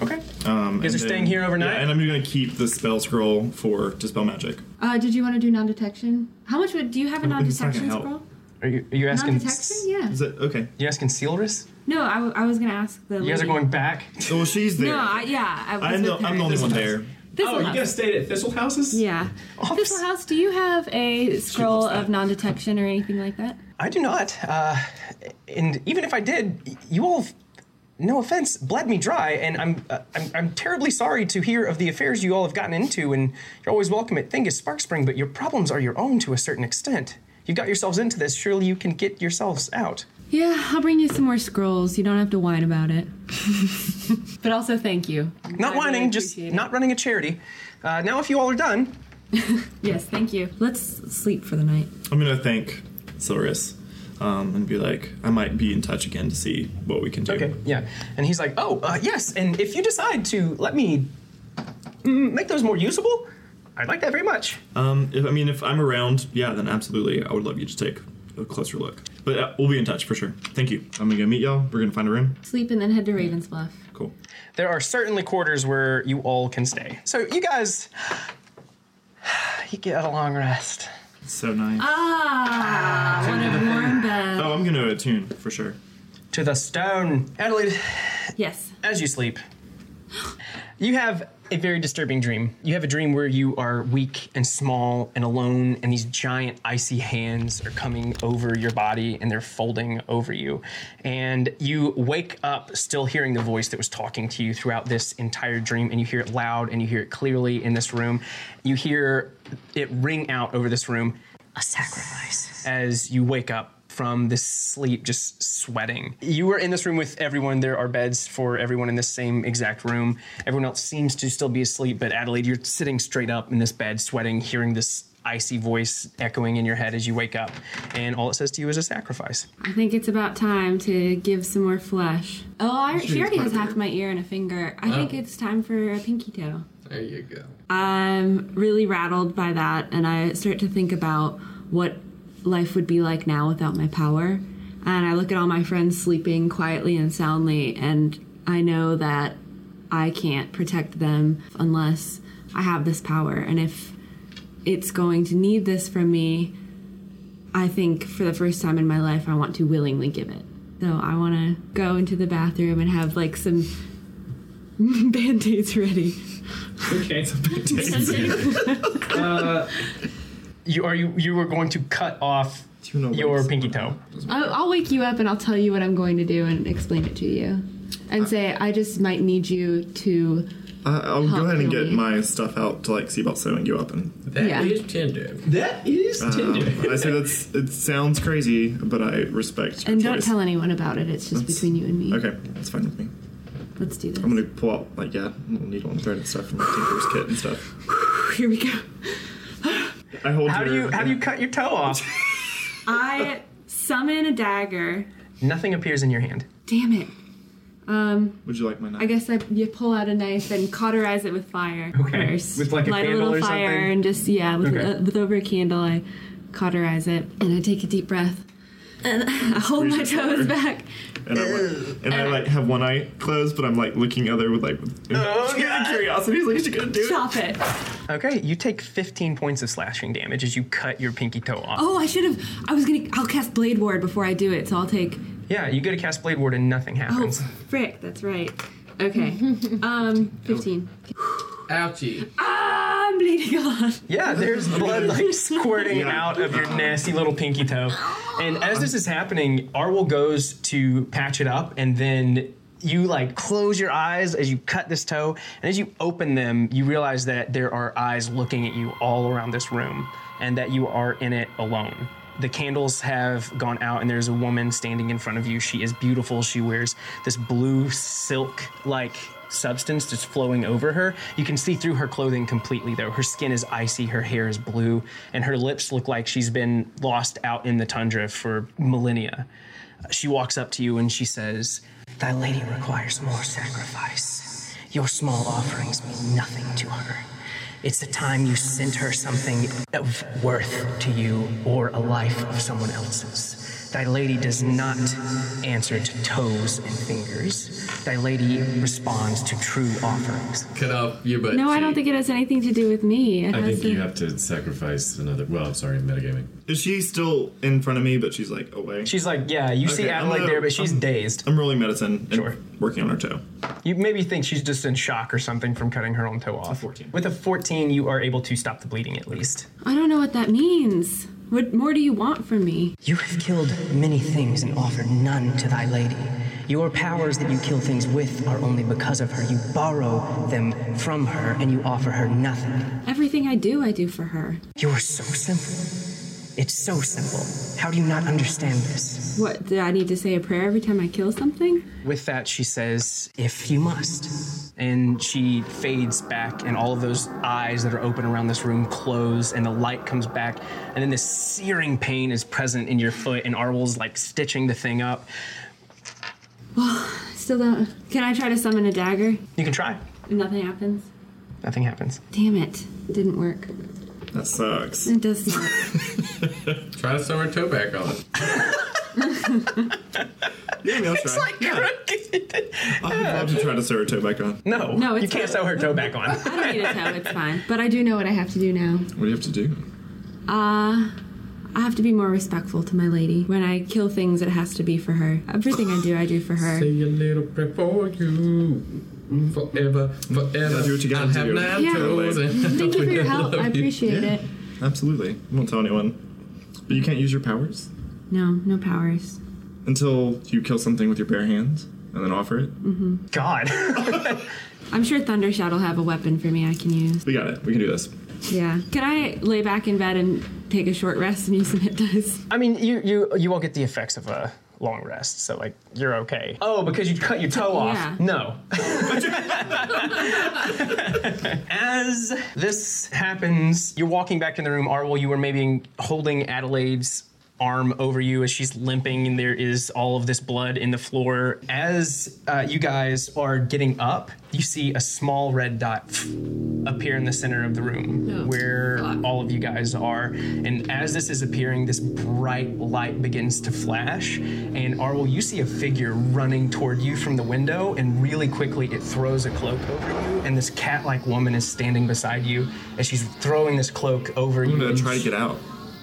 Okay. guys Um, and are then- staying here overnight? Yeah, and I'm gonna keep the spell scroll for dispel magic. Uh, did you want to do non-detection? How much would do you have a think it's not non-detection gonna help. scroll? Are you are you asking? Non-detection? Yeah. Is that okay? You asking Sealrus? No, I, w- I was gonna ask the. You guys are going back. Oh, well, she's there. No, I, yeah. I was I'm the, with I'm her. the only one there. Thistle Oh, you House. guys stayed at Thistle Houses? Yeah. Thistle House, do you have a scroll of non-detection or anything like that? I do not. Uh, and even if I did, y- you all, no offense, bled me dry, and I'm, uh, I'm I'm terribly sorry to hear of the affairs you all have gotten into. And you're always welcome at Thingus Sparkspring, but your problems are your own to a certain extent. You got yourselves into this. Surely you can get yourselves out. Yeah, I'll bring you some more scrolls. You don't have to whine about it. but also, thank you. Not I really whining, just appreciate it. not running a charity. Uh, now, if you all are done, Yes, thank you. Let's sleep for the night. I'm gonna thank Silurius um, and be like, I might be in touch again to see what we can do. Okay, yeah. And he's like, oh, uh, yes, and if you decide to let me mm, make those more usable, I'd like that very much. Um, if, I mean, if I'm around, yeah, then absolutely, I would love you to take a closer look. But uh, we'll be in touch for sure. Thank you. I'm gonna go meet y'all. We're gonna find a room. Sleep and then head to Ravensbluff. There are certainly quarters where you all can stay. So you guys, you get a long rest. So nice. Ah, what a warm bed. Oh, I'm gonna attune for sure. To the stone, Adelaide. Yes. As you sleep, you have a very disturbing dream. You have a dream where you are weak and small and alone, and these giant icy hands are coming over your body and they're folding over you. And you wake up still hearing the voice that was talking to you throughout this entire dream, and you hear it loud and you hear it clearly in this room. You hear it ring out over this room a sacrifice as you wake up from this sleep just sweating you were in this room with everyone there are beds for everyone in this same exact room everyone else seems to still be asleep but adelaide you're sitting straight up in this bed sweating hearing this icy voice echoing in your head as you wake up and all it says to you is a sacrifice I think it's about time to give some more flesh. Oh, I, She she already needs has my half my ear and a finger. I Oh. think it's time for a pinky toe. There you go. I'm really rattled by that, and I start to think about what life would be like now without my power. And I look at all my friends sleeping quietly and soundly, and I know that I can't protect them unless I have this power. And if it's going to need this from me, I think for the first time in my life, I want to willingly give it. So I want to go into the bathroom and have like some band aids ready. okay uh, you are you you were going to cut off your pinky toe I'll, I'll wake you up and I'll tell you what I'm going to do and explain it to you. And say, I just might need you to. Uh, I'll go ahead and get Hopefully. my stuff out to like see about sewing you up and. That Yeah. is tender. That is tender. I say that's. It sounds crazy, but I respect. your And don't choice. tell anyone about it, it's just between you and me. Okay, that's fine with me. Let's do this. I'm gonna pull out like yeah, little needle and thread and stuff from my tinker's kit and stuff. Here we go. I hold how your. do you how do you cut your toe off I summon a dagger. nothing appears in your hand Damn it. Um, Would you like my knife? I guess I, you pull out a knife and cauterize it with fire Okay. first. With, like, a Light a candle little or fire something? and just, yeah, with, Okay. uh, with over a candle, I cauterize it and I take a deep breath. And I hold my Squeeze the toes fire. back. And I, like, and I like have one eye closed, but I'm like looking other with like with Oh, curiosity. Like, is she gonna do it? Stop it. Okay, you take 15 points of slashing damage as you cut your pinky toe off. Oh, I should have. I was gonna. I'll cast Blade Ward before I do it, so I'll take. Yeah, you go to cast Blade Ward and nothing Oh, happens. frick! That's right. Okay. Um, fifteen. Ouchie. Ah, I'm bleeding a lot. Yeah, there's blood like squirting out of your nasty little pinky toe. And as this is happening, Arwel goes to patch it up, and then you like close your eyes as you cut this toe. And as you open them, you realize that there are eyes looking at you all around this room, and that you are in it alone. The candles have gone out, and there's a woman standing in front of you. She is beautiful. She wears this blue silk like substance that's flowing over her. You can see through her clothing completely, though. Her skin is icy, her hair is blue, and her lips look like she's been lost out in the tundra for millennia. She walks up to you and she says, Thy lady requires more sacrifice. Your small offerings mean nothing to her. It's the time you sent her something of worth to you or a life of someone else's. Thy lady does not answer to toes and fingers. Thy lady responds to true offerings. Cut off your butt. No, I don't think it has anything to do with me. It I has think to, you have to sacrifice another. Well, I'm sorry, metagaming. Is she still in front of me, but she's like away? She's like, yeah, you see Adelaide there, but she's dazed. I'm rolling medicine and working on her toe. You maybe think she's just in shock or something from cutting her own toe off. With a 14, you are able to stop the bleeding at least. I don't know what that means. What more do you want from me? You have killed many things and offered none to thy lady. Your powers that you kill things with are only because of her. You borrow them from her and you offer her nothing. Everything I do, I do for her. You are so simple. It's so simple. How do you not understand this? What? Do I need to say a prayer every time I kill something? With that, she says, If you must, and she fades back, and all of those eyes that are open around this room close, and the light comes back, and then this searing pain is present in your foot, and Arwel's like stitching the thing up. Well, still don't. Can I try to summon a dagger? You can try. Nothing happens. Nothing happens. Damn it! Didn't work. That sucks. It does. Not. Try to summer toe back on it. It's like crooked. I'd love to try to sew her toe back on. No, No, you it's can't not. sew her toe back on. I don't need a toe. It's fine. But I do know what I have to do now. What do you have to do? Uh, I have to be more respectful to my lady. When I kill things, it has to be for her. Everything I do, I do for her. Say a little prayer for you. Forever, forever. do what you gotta I have do. nine Yeah. toes and- Thank you for your help. I love you. appreciate Yeah. it. Absolutely. I won't tell anyone. But you can't use your powers No, no powers. until you kill something with your bare hands and then offer it. God. I'm sure Thundershot will have a weapon for me I can use. We got it. We can do this. Yeah. Can I lay back in bed and take a short rest and use some hypnotize? I mean, you you you won't get the effects of a long rest, so like you're okay. Oh, because you cut your toe off. Yeah. No. As this happens, you're walking back in the room, Arwell. You were maybe holding Adelaide's arm over you as she's limping, and there is all of this blood in the floor. As uh, you guys are getting up, you see a small red dot appear in the center of the room where all of you guys are. And as this is appearing, this bright light begins to flash. And Arwell, you see a figure running toward you from the window, and really quickly it throws a cloak over you. And this cat like woman is standing beside you as she's throwing this cloak over I'm you. gonna try to get out.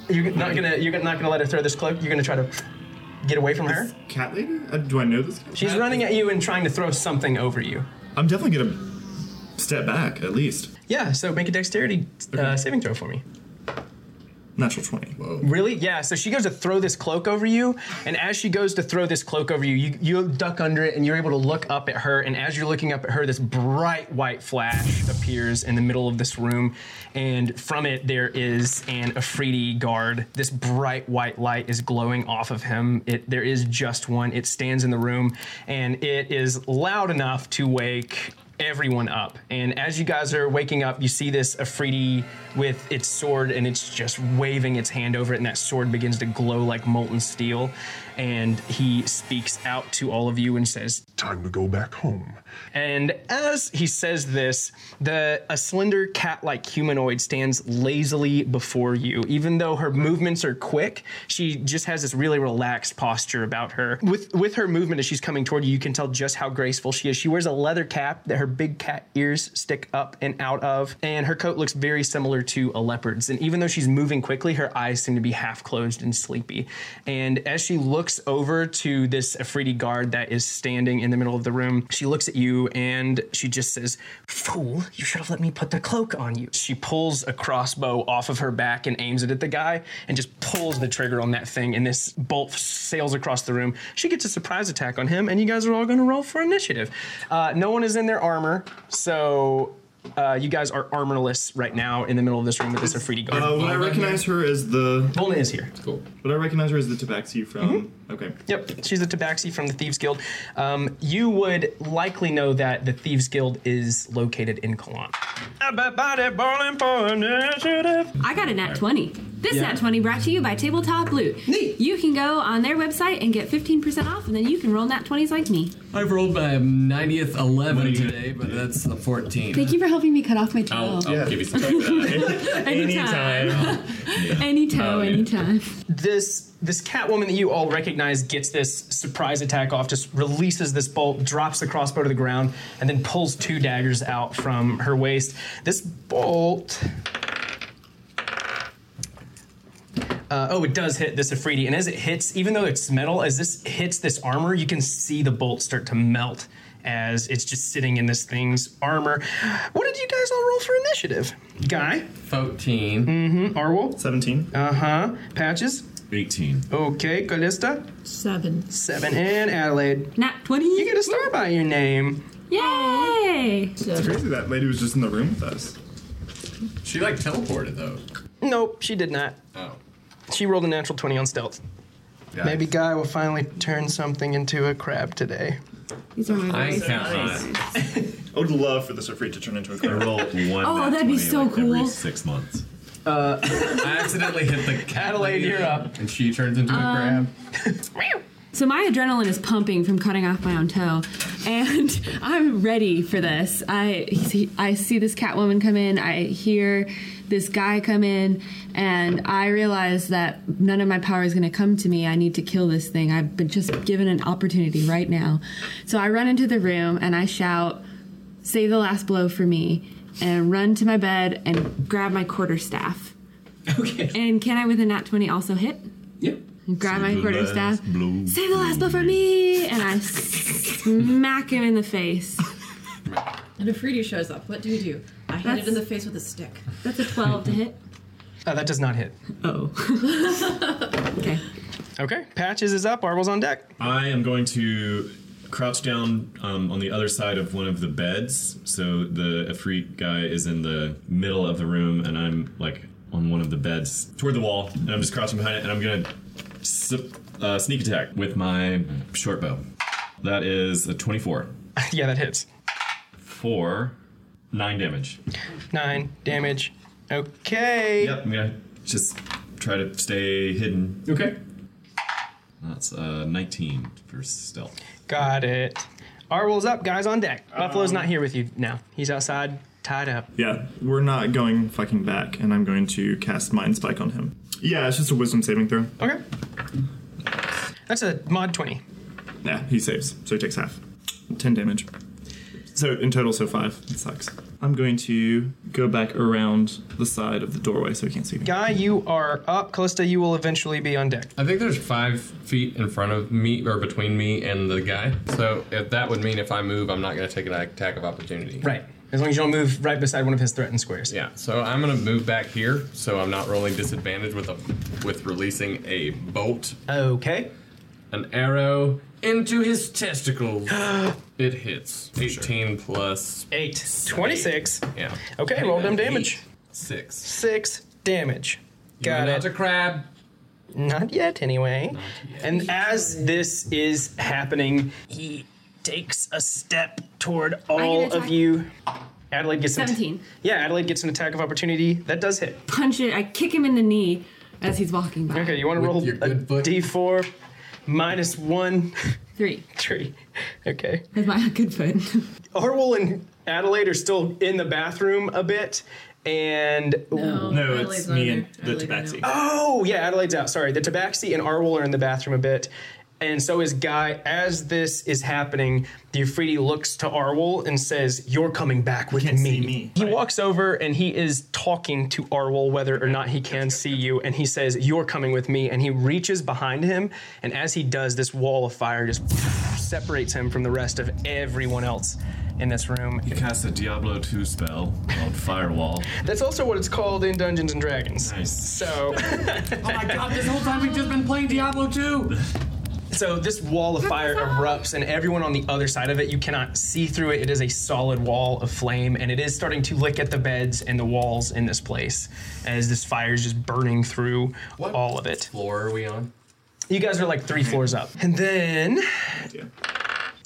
You're not gonna you're not gonna let her throw this cloak. You're gonna try to get away from her. Cat lady? Uh, do I know this? guy? She's running at you and trying to throw something over you. I'm definitely gonna step back at least. Yeah, so make a dexterity uh, saving throw for me. Natural twenty. Whoa. Really? Yeah. So she goes to throw this cloak over you, and as she goes to throw this cloak over you, you, you duck under it, and you're able to look up at her. And as you're looking up at her, this bright white flash appears in the middle of this room, and from it there is an Afridi guard. This bright white light is glowing off of him. It there is just one. It stands in the room, and it is loud enough to wake everyone up. And as you guys are waking up, you see this Afridi with its sword and it's just waving its hand over it, and that sword begins to glow like molten steel. And he speaks out to all of you and says, Time to go back home. and as he says this, the a slender cat-like humanoid stands lazily before you. Even though her movements are quick, she just has this really relaxed posture about her. With with her movement as she's coming toward you, you can tell just how graceful she is. She wears a leather cap that her big cat ears stick up and out of, and her coat looks very similar to a leopard's. And even though she's moving quickly, her eyes seem to be half closed and sleepy. And as she looks over to this Afridi guard that is standing in the middle of the room, she looks at you and she just says, Fool, you should have let me put the cloak on you. She pulls a crossbow off of her back and aims it at the guy and just pulls the trigger on that thing. And this bolt sails across the room. She gets a surprise attack on him, and you guys are all going to roll for initiative. Uh, no one is in their armor, so. Uh, you guys are armorless right now in the middle of this room with this Afridi guard. Uh, would I recognize her as the? Volna is here. Cool. Would I recognize her as the Tabaxi from? Okay. Mm-hmm. Yep, she's the Tabaxi from the Thieves Guild. Um, you would likely know that the Thieves Guild is located in Cologne. Everybody bowling for initiative. I got a nat 20. This Yeah. nat 20 brought to you by Tabletop Loot. Neat. You can go on their website and get 15% off, and then you can roll nat 20s like me. I've rolled my 90th 11 Wait. today, but that's the 14. Thank you for helping me cut off my toe. I'll, I'll give you some. anytime. Any toe, anytime. This this Catwoman that you all recognize gets this surprise attack off, just releases this bolt, drops the crossbow to the ground, and then pulls two daggers out from her waist. This bolt Uh, oh, it does hit this Afridi, and as it hits, even though it's metal, as this hits this armor, you can see the bolt start to melt as it's just sitting in this thing's armor. What did you guys all roll for initiative? Guy, 14. Arwol, Seventeen. uh huh, Patches, 18. Oh, okay, Callista, Seven. Seven, and Adelaide. Nat You 20. get a star by your name. Yay! It's crazy that lady was just in the room with us. She like teleported though. Nope, she did not. Oh. She rolled a natural 20 on stealth. Yeah. Maybe Guy will finally turn something into a crab today. These are my I voices. count on it. I would love for the Safri to turn into a I crow. roll one. Oh, nat that'd be 20, so like, cool. Every six months. I accidentally hit the cat. Adelaide, you're up. And she turns into Um, a crab. So my adrenaline is pumping from cutting off my own toe, and I'm ready for this. I see, I see this Catwoman come in. I hear this guy come in, and I realize that none of my power is going to come to me. I need to kill this thing. I've been just given an opportunity right now. So I run into the room and I shout, "Save the last blow for me!" and run to my bed and grab my quarterstaff. Okay. And can I, with a nat twenty, also hit? Yep. Grab my Save the quarterstaff. last blow Save the last blow for me! And I smack him in the face. And if Rudy shows up, what do we do? I hit That's- it in the face with a stick. That's a 12 to hit. Uh, that does not hit. Oh. okay. Okay, patches is up. Arwell's on deck. I am going to crouch down um, on the other side of one of the beds. So the Efreet guy is in the middle of the room, and I'm like on one of the beds toward the wall, and I'm just crouching behind it, and I'm gonna s- uh, sneak attack with my short bow. That is a 24 yeah, that hits. for nine damage. Nine damage. Okay. Yep, I'm gonna just try to stay hidden. Okay. That's uh, 19 for stealth. Got it. Arwell's up. Guys on deck. Buffalo's not here with you now. He's outside, tied up. Yeah, we're not going fucking back, and I'm going to cast Mind Spike on him. Yeah, it's just a wisdom saving throw. Okay. That's a mod 20. Yeah, he saves, so he takes half. 10 damage. So in total, so five. It sucks. I'm going to go back around the side of the doorway so he can't see me. Guy, you are up. Callista, you will eventually be on deck. I think there's five feet in front of me or between me and the guy. So if that would mean if I move, I'm not going to take an attack of opportunity. Right. As long as you don't move right beside one of his threatened squares. Yeah. So I'm going to move back here, so I'm not rolling disadvantage with a with releasing a bolt, Okay. an arrow into his testicles. it hits 18 plus. Eight. 26. Yeah. Okay, roll them Eight, damage. Six. Six damage. Got That's it. a crab. Not yet, anyway. And as this is happening, he takes a step toward all of attack. you. Adelaide gets an- 17. yeah, Adelaide gets an attack of opportunity. That does hit. Punch it. I kick him in the knee as he's walking by. Okay, you want to With roll your good a foot. d4 minus one, Three. three. Okay. With my good foot. Orwell and Adelaide are still in the bathroom a bit. And No, Oh, it's me and the Tabaxi. Tabaxi. Oh yeah, Adelaide's out. Sorry, the Tabaxi and Arwol are in the bathroom a bit, and so is Guy. As this is happening, the Afridi looks to Arwol and says, "You're coming back with can't me." see me. He walks over and he is talking to Arwol, whether or not he can see you, and he says, "You're coming with me." And he reaches behind him, and as he does, this wall of fire just separates him from the rest of everyone else in this room. You cast a Diablo 2 spell called Firewall. That's also what it's called in Dungeons and Dragons. Nice. So. Oh my god! This whole time we've just been playing Diablo 2. So this wall of fire erupts, and everyone on the other side of it, you cannot see through it. It is a solid wall of flame, and it is starting to lick at the beds and the walls in this place as this fire is just burning through What? all of it. Floor are we on? You guys are like three floors up, and then.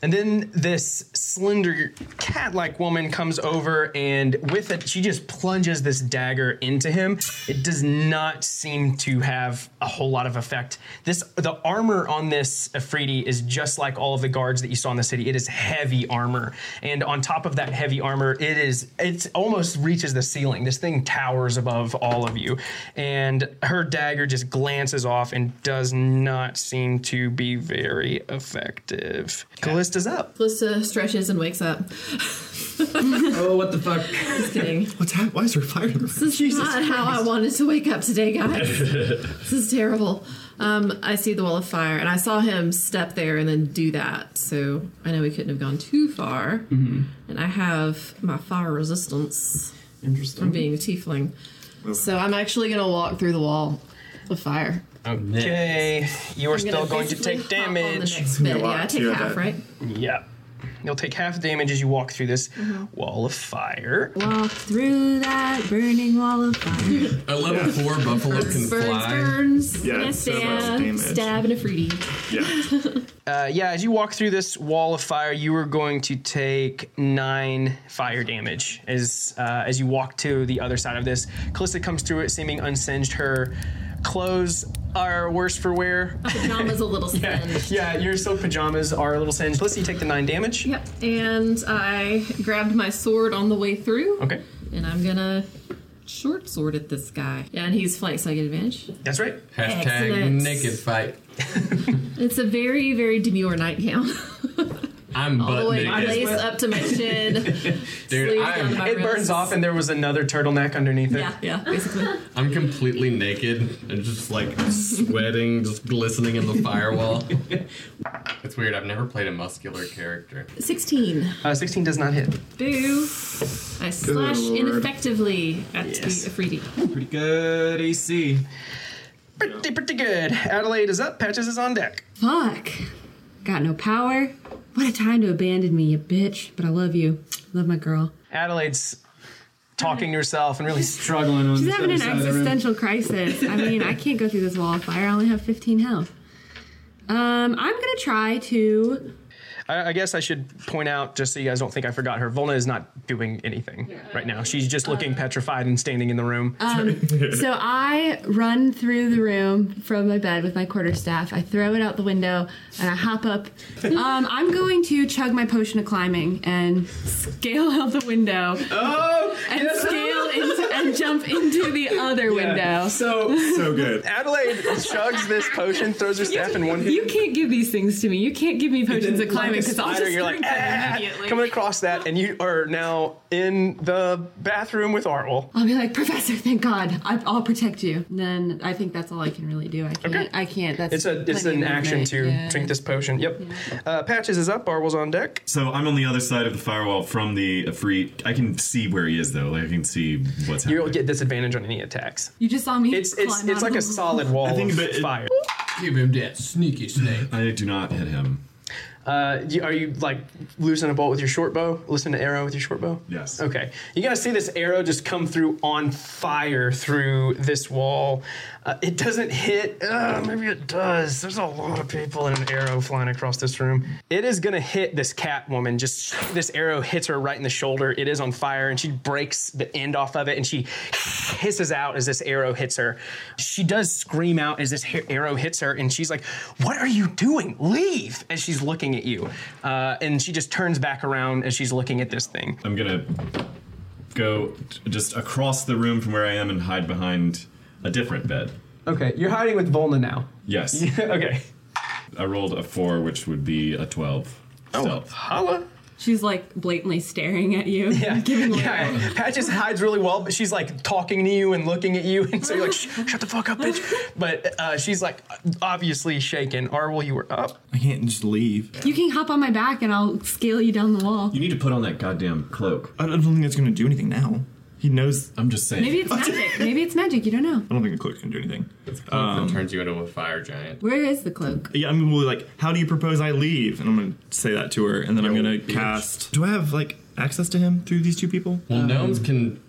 And then this slender cat-like woman comes over and with it she just plunges this dagger into him. It does not seem to have a whole lot of effect. This the armor on this Afridi is just like all of the guards that you saw in the city. It is heavy armor. And on top of that heavy armor, it is it almost reaches the ceiling. This thing towers above all of you. And her dagger just glances off and does not seem to be very effective. Callista's up. Calista stretches and wakes up. Oh, what the fuck? Just kidding. What's happening? Why is there fire in the room? This is not how I wanted to wake up today, guys. this is terrible. Um, I see the wall of fire, and I saw him step there and then do that. So I know we couldn't have gone too far. Mm-hmm. And I have my fire resistance from Interesting. being a tiefling. So I'm actually going to walk through the wall of fire. Okay. You are I'm still gonna going to basically take hop on the damage. next bit. You're Yeah, I locked. take You have half, that. right? Yeah. You'll take half damage as you walk through this Mm-hmm. wall of fire. Walk through that burning wall of fire. A level Yeah. four buffalo can Burns, burns, fly. burns. Yeah, yes, so much yeah. damage. Stab and a fruity. Yeah. Uh, yeah, as you walk through this wall of fire, you are going to take nine fire damage as uh, as you walk to the other side of this. Callista comes through it, seeming unsinged. Her clothes are worse for wear. Pajamas a little yeah, singed. yeah, your silk pajamas are a little singed. Callista, you take the nine damage. Yep. And I grabbed my sword on the way through. Okay, And I'm gonna short sword at this guy. Yeah, and he's flanked, so I get advantage. that's right. Hashtag Excellent. naked fight. It's a very, very demure nightgown. I'm All the butt way naked. lace up to my chin. Dude, sleeve down to I'm, my It burns wrists. off, and there was another turtleneck underneath it. Yeah, yeah, basically. I'm completely naked and just like sweating, just glistening in the firewall. it's weird. I've never played a muscular character. 16. Uh, Sixteen does not hit. Boo. I slash lord. ineffectively at Yes. the Afridi. Pretty good AC. Pretty, pretty good. Adelaide is up. Patches is on deck. Fuck. Got no power. What a time to abandon me, you bitch. But I love you. Love my girl. Adelaide's talking to herself and really struggling. She's having an existential crisis. I mean, I can't go through this wall of fire. I only have 15 health. Um, I'm gonna try to. I, I guess I should point out, just so you guys don't think I forgot her, Volna is not doing anything right now. She's just looking Uh. petrified and standing in the room. So I run through the room from my bed with my quarterstaff. I throw it out the window and I hop up. Um, I'm going to chug my potion of climbing and scale out the window oh, and scale into, and jump into the other window. So So good. Adelaide chugs this potion, throws her staff in one hit. You can't give these things to me. You can't give me potions of climbing because I'll Spider, just you're like drink them "Ah," immediately. coming across that, and you are now in the bathroom with Artwell. I'll be like, Professor, thank God, I, I'll protect you. And then I think that's all I can really do. I can't. Okay. I can't. That's It's a it's plenty an of action movement. to Yeah. drink this potion. Yep. Uh, Patches is up. Arwell's on deck. So I'm on the other side of the firewall from the free. I can see where he is though. Like I can see what's happening. You'll get disadvantage on any attacks. You just saw me. It's it's climb out it's like of a the- solid wall think of that it- fire. Give him that sneaky snake. I do not hit him. Uh, you, are you like losing a bolt with your short bow? Listen to arrow with your short bow. Yes. Okay. You guys see this arrow just come through on fire through this wall. Uh, it doesn't hit. Uh, maybe it does. There's a lot of people and an arrow flying across this room. It is gonna hit this cat woman. Just this arrow hits her right in the shoulder. It is on fire, and she breaks the end off of it, and she hisses out as this arrow hits her. She does scream out as this ha- arrow hits her, and she's like, "What are you doing? Leave!" As she's looking at you, uh, and she just turns back around as she's looking at this thing. I'm gonna go t- just across the room from where I am and hide behind a different bed. Okay, you're hiding with Volna now. Yes. okay. I rolled a four, which would be a twelve. Oh. Stealth. Holla. She's like blatantly staring at you. Yeah. Giving away. Yeah, Patches hides really well, but she's like talking to you and looking at you, and so you're like, "Shh, "Shut the fuck up, bitch!" But uh, she's like obviously shaken. Arwell, you were up. I can't just leave. You can hop on my back and I'll scale you down the wall. You need to put on that goddamn cloak. I don't think that's gonna do anything now. He knows. I I'm just saying. Maybe it's magic. Maybe it's magic. You don't know. don't think the cloak can do anything. it turns you into a fire giant. Where is the cloak? Yeah, I'm gonna be like, how do you propose I leave? And I'm gonna say that to her, and then I'm gonna bitch. cast. Do I have like access to him through these two people? Well, gnomes can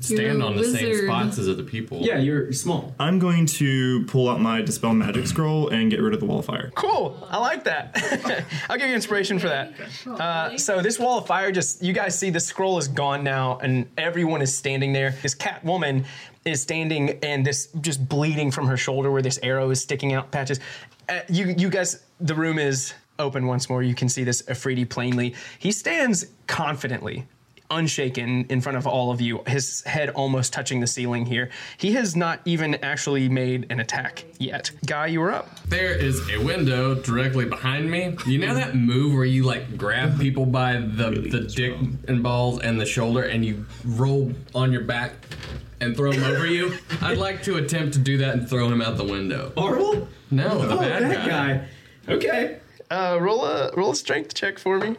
stand a on the same wizard. spots as other people. you're small. I'm going to pull out my dispel magic scroll and get rid of the wall of fire. Cool. I like that. I'll give you inspiration for that. Uh, so this wall of fire, just you guys see, the scroll is gone now, and everyone is standing there. This cat woman is standing, and this just bleeding from her shoulder where this arrow is sticking out. Patches. Uh, you you guys, the room is open once more. You can see this Afridi plainly. He stands confidently. Unshaken in front of all of you, his head almost touching the ceiling here. He has not even actually made an attack yet. Guy, you were up. There is a window directly behind me. You know that move where you like grab people by the, the dick and balls and the shoulder and you roll on your back and throw them over you? I'd like to attempt to do that and throw him out the window. Horrible? No, Oh, the bad Oh, guy. Okay. Uh, roll a roll a strength check for me.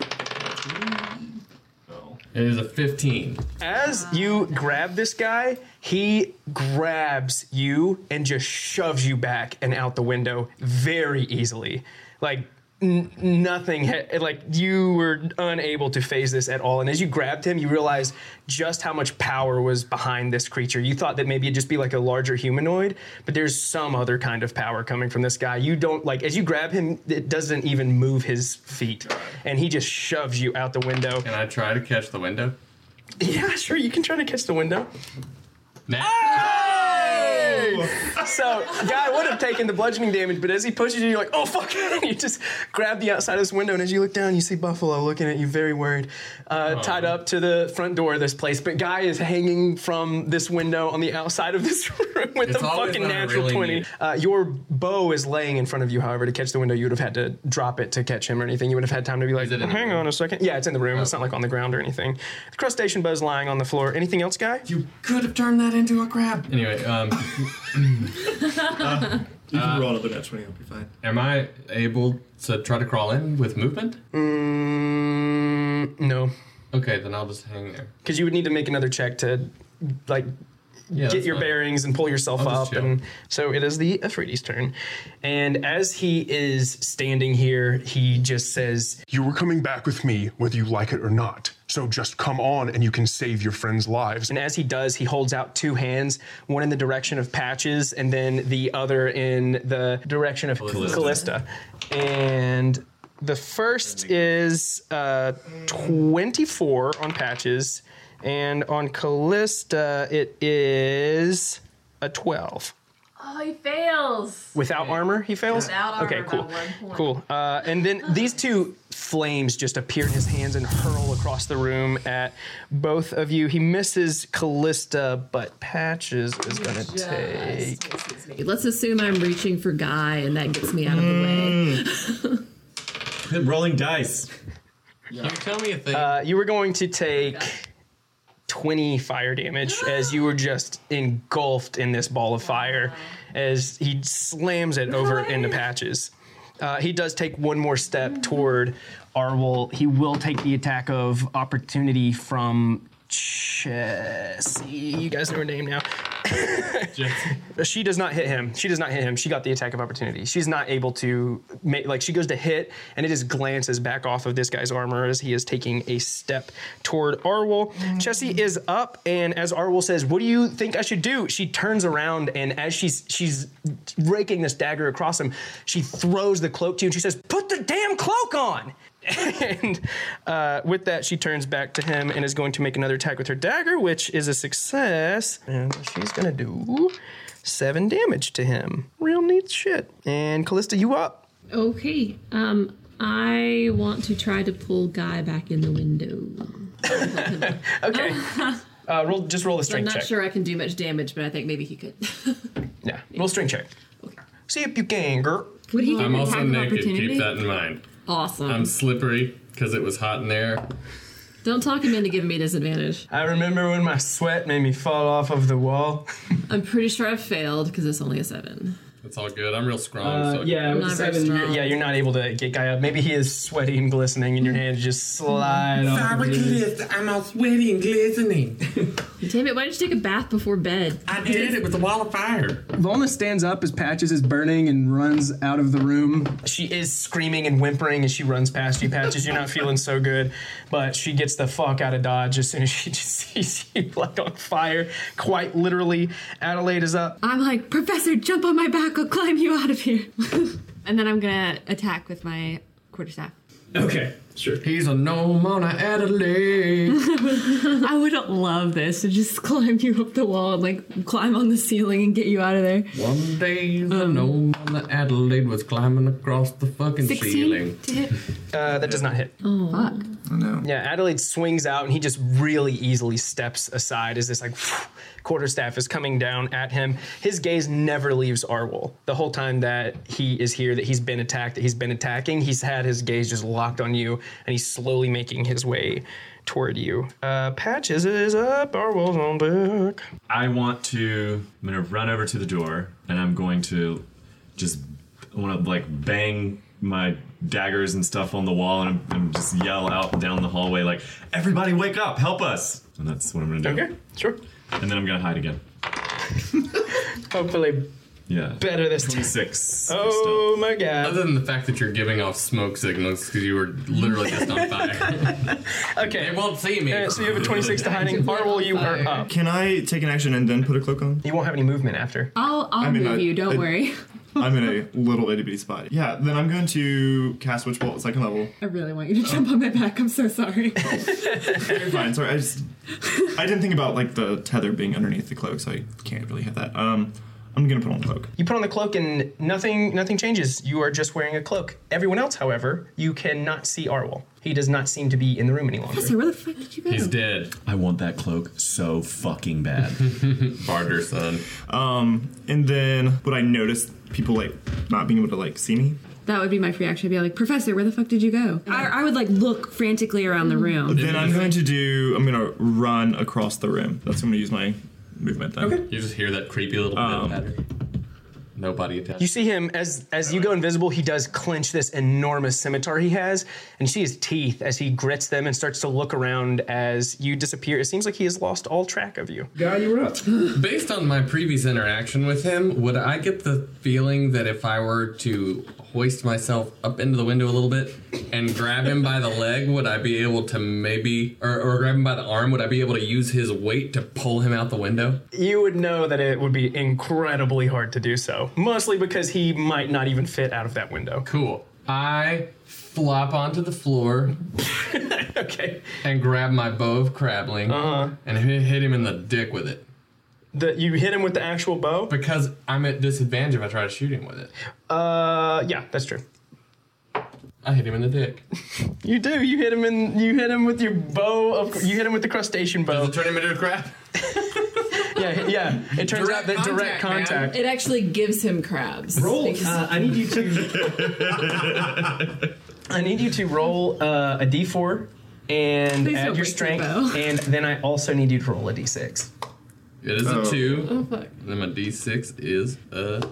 It is a 15. As you grab this guy, he grabs you and just shoves you back and out the window very easily. Like n- nothing. ha- Like you were unable to phase this at all. And as you grabbed him, you realized just how much power was behind this creature. You thought that maybe it'd just be like a larger humanoid, but there's some other kind of power coming from this guy. You don't like as you grab him, it doesn't even move his feet, and he just shoves you out the window. Can I try to catch the window? Yeah, sure. You can try to catch the window. Now. Ah! So, guy would have taken the bludgeoning damage, but as he pushes you, you're like, oh, fuck. And you just grab the outside of this window, and as you look down, you see Buffalo looking at you, very worried, Oh. uh, tied up to the front door of this place. But Guy is hanging from this window on the outside of this room with It's a always fucking what I natural really 20. need. Uh, your bow is laying in front of you, however, to catch the window. You would have had to drop it to catch him or anything. You would have had time to be like, hang on a second. Yeah, it's in the room. Oh. It's not like on the ground or anything. The crustacean bow's lying on the floor. Anything else, Guy? You Could have turned that into a crab. Anyway, um, You can roll another nat 20, I'll be fine. am I able to try to crawl in with movement? Mm, no. Okay, then I'll just hang there. Because you would need to make another check to, like, Yeah, get that's your fine. bearings and pull yourself I'll just up. chill. And so it is the Afridi's turn. And as he is standing here, he just says, You were coming back with me, whether you like it or not. So just come on and you can save your friends' lives. and as he does, he holds out two hands, one in the direction of Patches, and then the other in the direction of Callista. And the first is uh, 24 on Patches, and on Callista, it is a 12. Oh, he fails. Without armor, he fails. Without armor okay, by cool, one point. cool. Uh, and then these two flames just appear in his hands and hurl across the room at both of you. He misses Callista, but Patches is gonna take. Let's assume I'm reaching for Guy, and that gets me out Mm. of the way. rolling dice. Can you tell me a thing? Uh, you were going to take. 20 fire damage as you were just engulfed in this ball of fire as he slams it over into patches. Uh, he does take one more step toward Arwol. He will take the attack of opportunity from Chessie. You guys know her name now. she does not hit him. She does not hit him. She got the attack of opportunity. She's not able to make like she goes to hit and it just glances back off of this guy's armor as he is taking a step toward Arwol. Chessie is up and as Arwol says, "What do you think I should do?" She turns around and as she's she's raking this dagger across him, she throws the cloak to you and she says, "Put the damn cloak on." and uh, with that, she turns back to him and is going to make another attack with her dagger, which is a success. And she's going to do seven damage to him. Real neat shit. And Callista, you up. Okay. Um, I want to try to pull Guy back in the window. Okay. uh, roll, just roll a I'm strength not check. sure I can do much damage, but I think maybe he could. Yeah, roll a strength check. See if you can, girl. Would he get I'm an also attack of naked. Keep opportunity? that Um, in mind. Awesome. I'm slippery because it was hot in there. Don't talk him into giving me disadvantage. I remember when my sweat made me fall off of the wall. I'm pretty sure I failed because it's only a seven. It's all good. I'm real strong. so I Uh, yeah, can- with not very seven, you're, strong. yeah, you're not able to get Guy up. Maybe he is sweaty and glistening, Mm. and your hands just slide off. of his. I'm all sweaty and glistening. Damn it! Why did you take a bath before bed? I did it with a wall of fire. Volna stands up as Patches is burning and runs out of the room. She is screaming and whimpering as she runs past you, Patches. You're not feeling so good, but she gets the fuck out of Dodge as soon as she just sees you like on fire, quite literally. Adelaide is up. I'm like, Professor, jump on my back. I'll climb you out of here. and then I'm gonna attack with my quarterstaff. Okay, sure. He's a gnome on a Adelaide. I would love this to just climb you up the wall and like climb on the ceiling and get you out of there. One day the gnome on the Adelaide was climbing across the fucking 16 ceiling. to hit. Uh, that does not hit. Fuck. Yeah, Adelaide swings out and he just really easily steps aside as this like quarterstaff is coming down at him. His gaze never leaves Arwol. The whole time that he is here, that he's been attacked, that he's been attacking, he's had his gaze just locked on you and he's slowly making his way toward you. Uh, Patches is up, Arwol's on deck. I want to. I'm gonna run over to the door, and I'm going to just I want to like bang my daggers and stuff on the wall, and I'm, I'm just yell out down the hallway like, "Everybody, wake up! Help us!" And that's what I'm gonna do. Okay, sure. And then I'm gonna hide again. Hopefully Yeah. Better this 26. Oh my god. Other than the fact that you're giving off smoke signals because you were literally just on fire. Okay. They won't see me. so you have a 26 to hiding. Arwell, you are up. Can I take an action and then put a cloak on? You won't have any movement after. I'll I'll I'm in move a- you. Don't a- worry. I'm in a little itty bitty spot. Yeah, then I'm going to cast Witch Bolt at second level. I really want you to jump on my back. I'm so sorry. You're fine. Sorry, I just I didn't think about like the tether being underneath the cloak, so I can't really have that. Um, I'm gonna put on the cloak. You put on the cloak and nothing nothing changes. You are just wearing a cloak. Everyone else, however, you cannot see Arwol. He does not seem to be in the room any longer. Professor, where the fuck did you go? dead. I want that cloak so fucking bad. Barter son. Um, and then would I notice people like not being able to like see me? That would be my free action. I'd be like, Professor, where the fuck did you go? I, I would like look frantically around the room. Then I'm going to do. I'm gonna run across the room. That's when I'm gonna use my movement. Then. Okay. You just hear that creepy little Um, bit of patter. Nobody attached. You see him as as you go invisible. He does clench this enormous scimitar he has, and you see his teeth as he grits them and starts to look around as you disappear. It seems like he has lost all track of you. Guy, you were up. Based on my previous interaction with him, would I get the feeling that if I were to hoist myself up into the window a little bit and grab him by the leg, would I be able to maybe, or, or grab him by the arm, would I be able to use his weight to pull him out the window? You would know that it would be incredibly hard to do so, mostly because he might not even fit out of that window. Cool. I flop onto the floor. okay. And grab my bow of crabling and hit, hit him in the dick with it. That you hit him with the actual bow? Because I'm at disadvantage if I try to shoot him with it. Uh, yeah, that's true. I hit him in the dick. You do. You hit him in. You hit him with your bow of. You hit him with the crustacean bow. turn him into a crab? yeah, yeah. It turns out that direct contact. It actually gives him crabs. Roll. because- Uh, I need you to. I need you to roll uh, a d4 and Please add don't your break the strength, bow. and then I also need you to roll a d6. It is Oh. a two. Oh, fuck. And then my D6 is a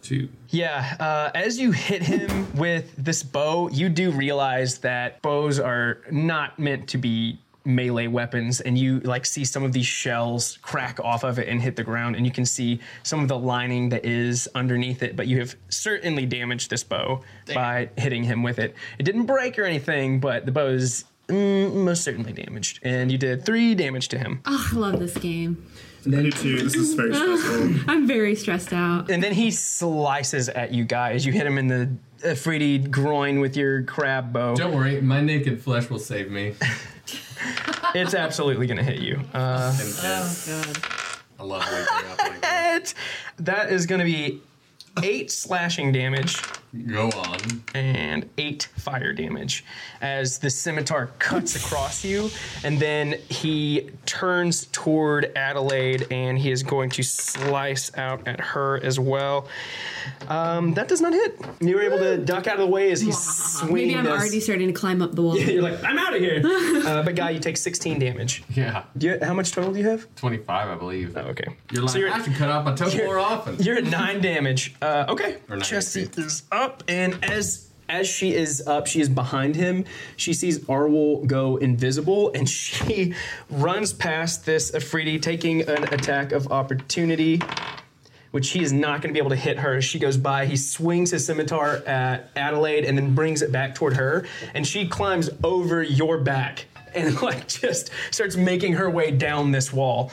two. Yeah, uh, as you hit him with this bow, you do realize that bows are not meant to be melee weapons, and you like see some of these shells crack off of it and hit the ground, and you can see some of the lining that is underneath it. But you have certainly damaged this bow by hitting him with it. It didn't break or anything, but the bow is mm, most certainly damaged, and you did three damage to him. Oh, I love this game. Me too. This is very stressful. I'm very stressed out. And then he slices at you guys. You hit him in the Afridi groin with your crab bow. Don't worry, my naked flesh will save me. it's absolutely gonna hit you. Uh, Oh, God. I love waking up. that is gonna be eight slashing damage. Go on. And eight fire damage as the scimitar cuts across you. And then he turns toward Adelaide and he is going to slice out at her as well. Um, that does not hit. You were able to duck out of the way as he's swinging. Maybe I'm this- already starting to climb up the wall. You're like, I'm out of here. uh, but guy, you take 16 damage. Yeah. You, how much total do you have? 25, I believe. Oh, okay. You're like, So you're- I should cut off my toe you're- more often. You're at nine damage. Uh, okay. Or nine Chesty is up, and as as she is up, she is behind him. She sees Arwol go invisible, and she runs past this Afridi, taking an attack of opportunity. Which he is not going to be able to hit her. She goes by. He swings his scimitar at Adelaide and then brings it back toward her. And she climbs over your back and like just starts making her way down this wall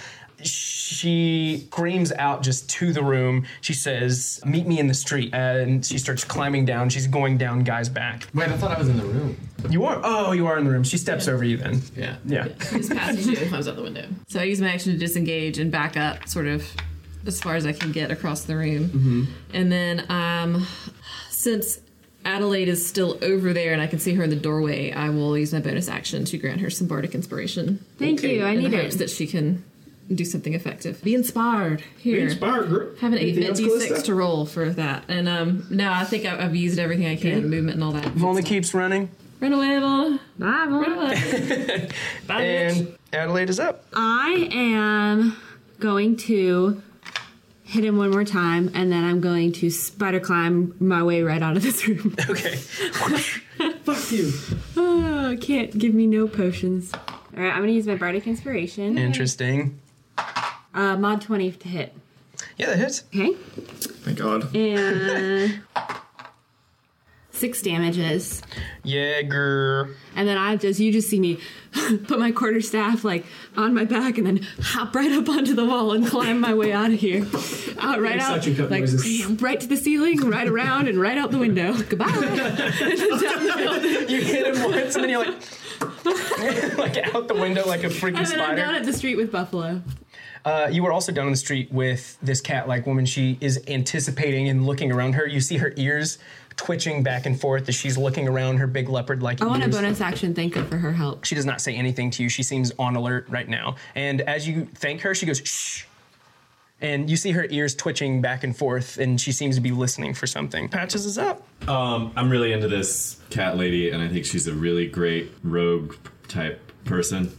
she screams out just to the room. She says, "Meet me in the street," and she starts climbing down. She's going down guy's back. Wait, I thought I was in the room. You are. Oh, you are in the room. She steps over you then. Yeah. Yeah. He just passes you and climbs out the window. So I use my action to disengage and back up, sort of as far as I can get across the room. Mm-hmm. And then, um, since Adelaide is still over there and I can see her in the doorway, I will use my bonus action to grant her some bardic inspiration. Thank you. I in need the hopes it. that she can do something effective. Be inspired. Here. inspired, girl. Have an Anything 8 bit else, Callista? d6 to roll for that. And um, no, I think I've, I've used everything I can movement and all that. Volna keeps running. Run away, Volna. Bye, and Adelaide is up. I am going to hit him one more time, and then I'm going to spider climb my way right out of this room. Okay. Fuck you. Oh, can't give me no potions. All right, I'm gonna use my bardic inspiration. Interesting. Uh, mod 20 to hit. Yeah, that hits. Okay. Thank God. And six damages. Yeah, girl. And then I just, you just see me put my quarter staff like on my back and then hop right up onto the wall and climb my way out of here. Out, right Make out, suction cup like noises. right to the ceiling, right around, and right out the window. Goodbye. you hit him once and then you're like, like out the window like a freaking And then I'm spider. down at the street with Buffalo. Uh, you were also down on the street with this cat-like woman. She is anticipating and looking around her. You see her ears twitching back and forth as she's looking around her big leopard-like I want a ears. bonus action thank her for her help. She does not say anything to you. She seems on alert right now. And as you thank her, she goes shh, and you see her ears twitching back and forth, and she seems to be listening for something. Patches is up. Um, I'm really into this cat lady, and I think she's a really great rogue type person.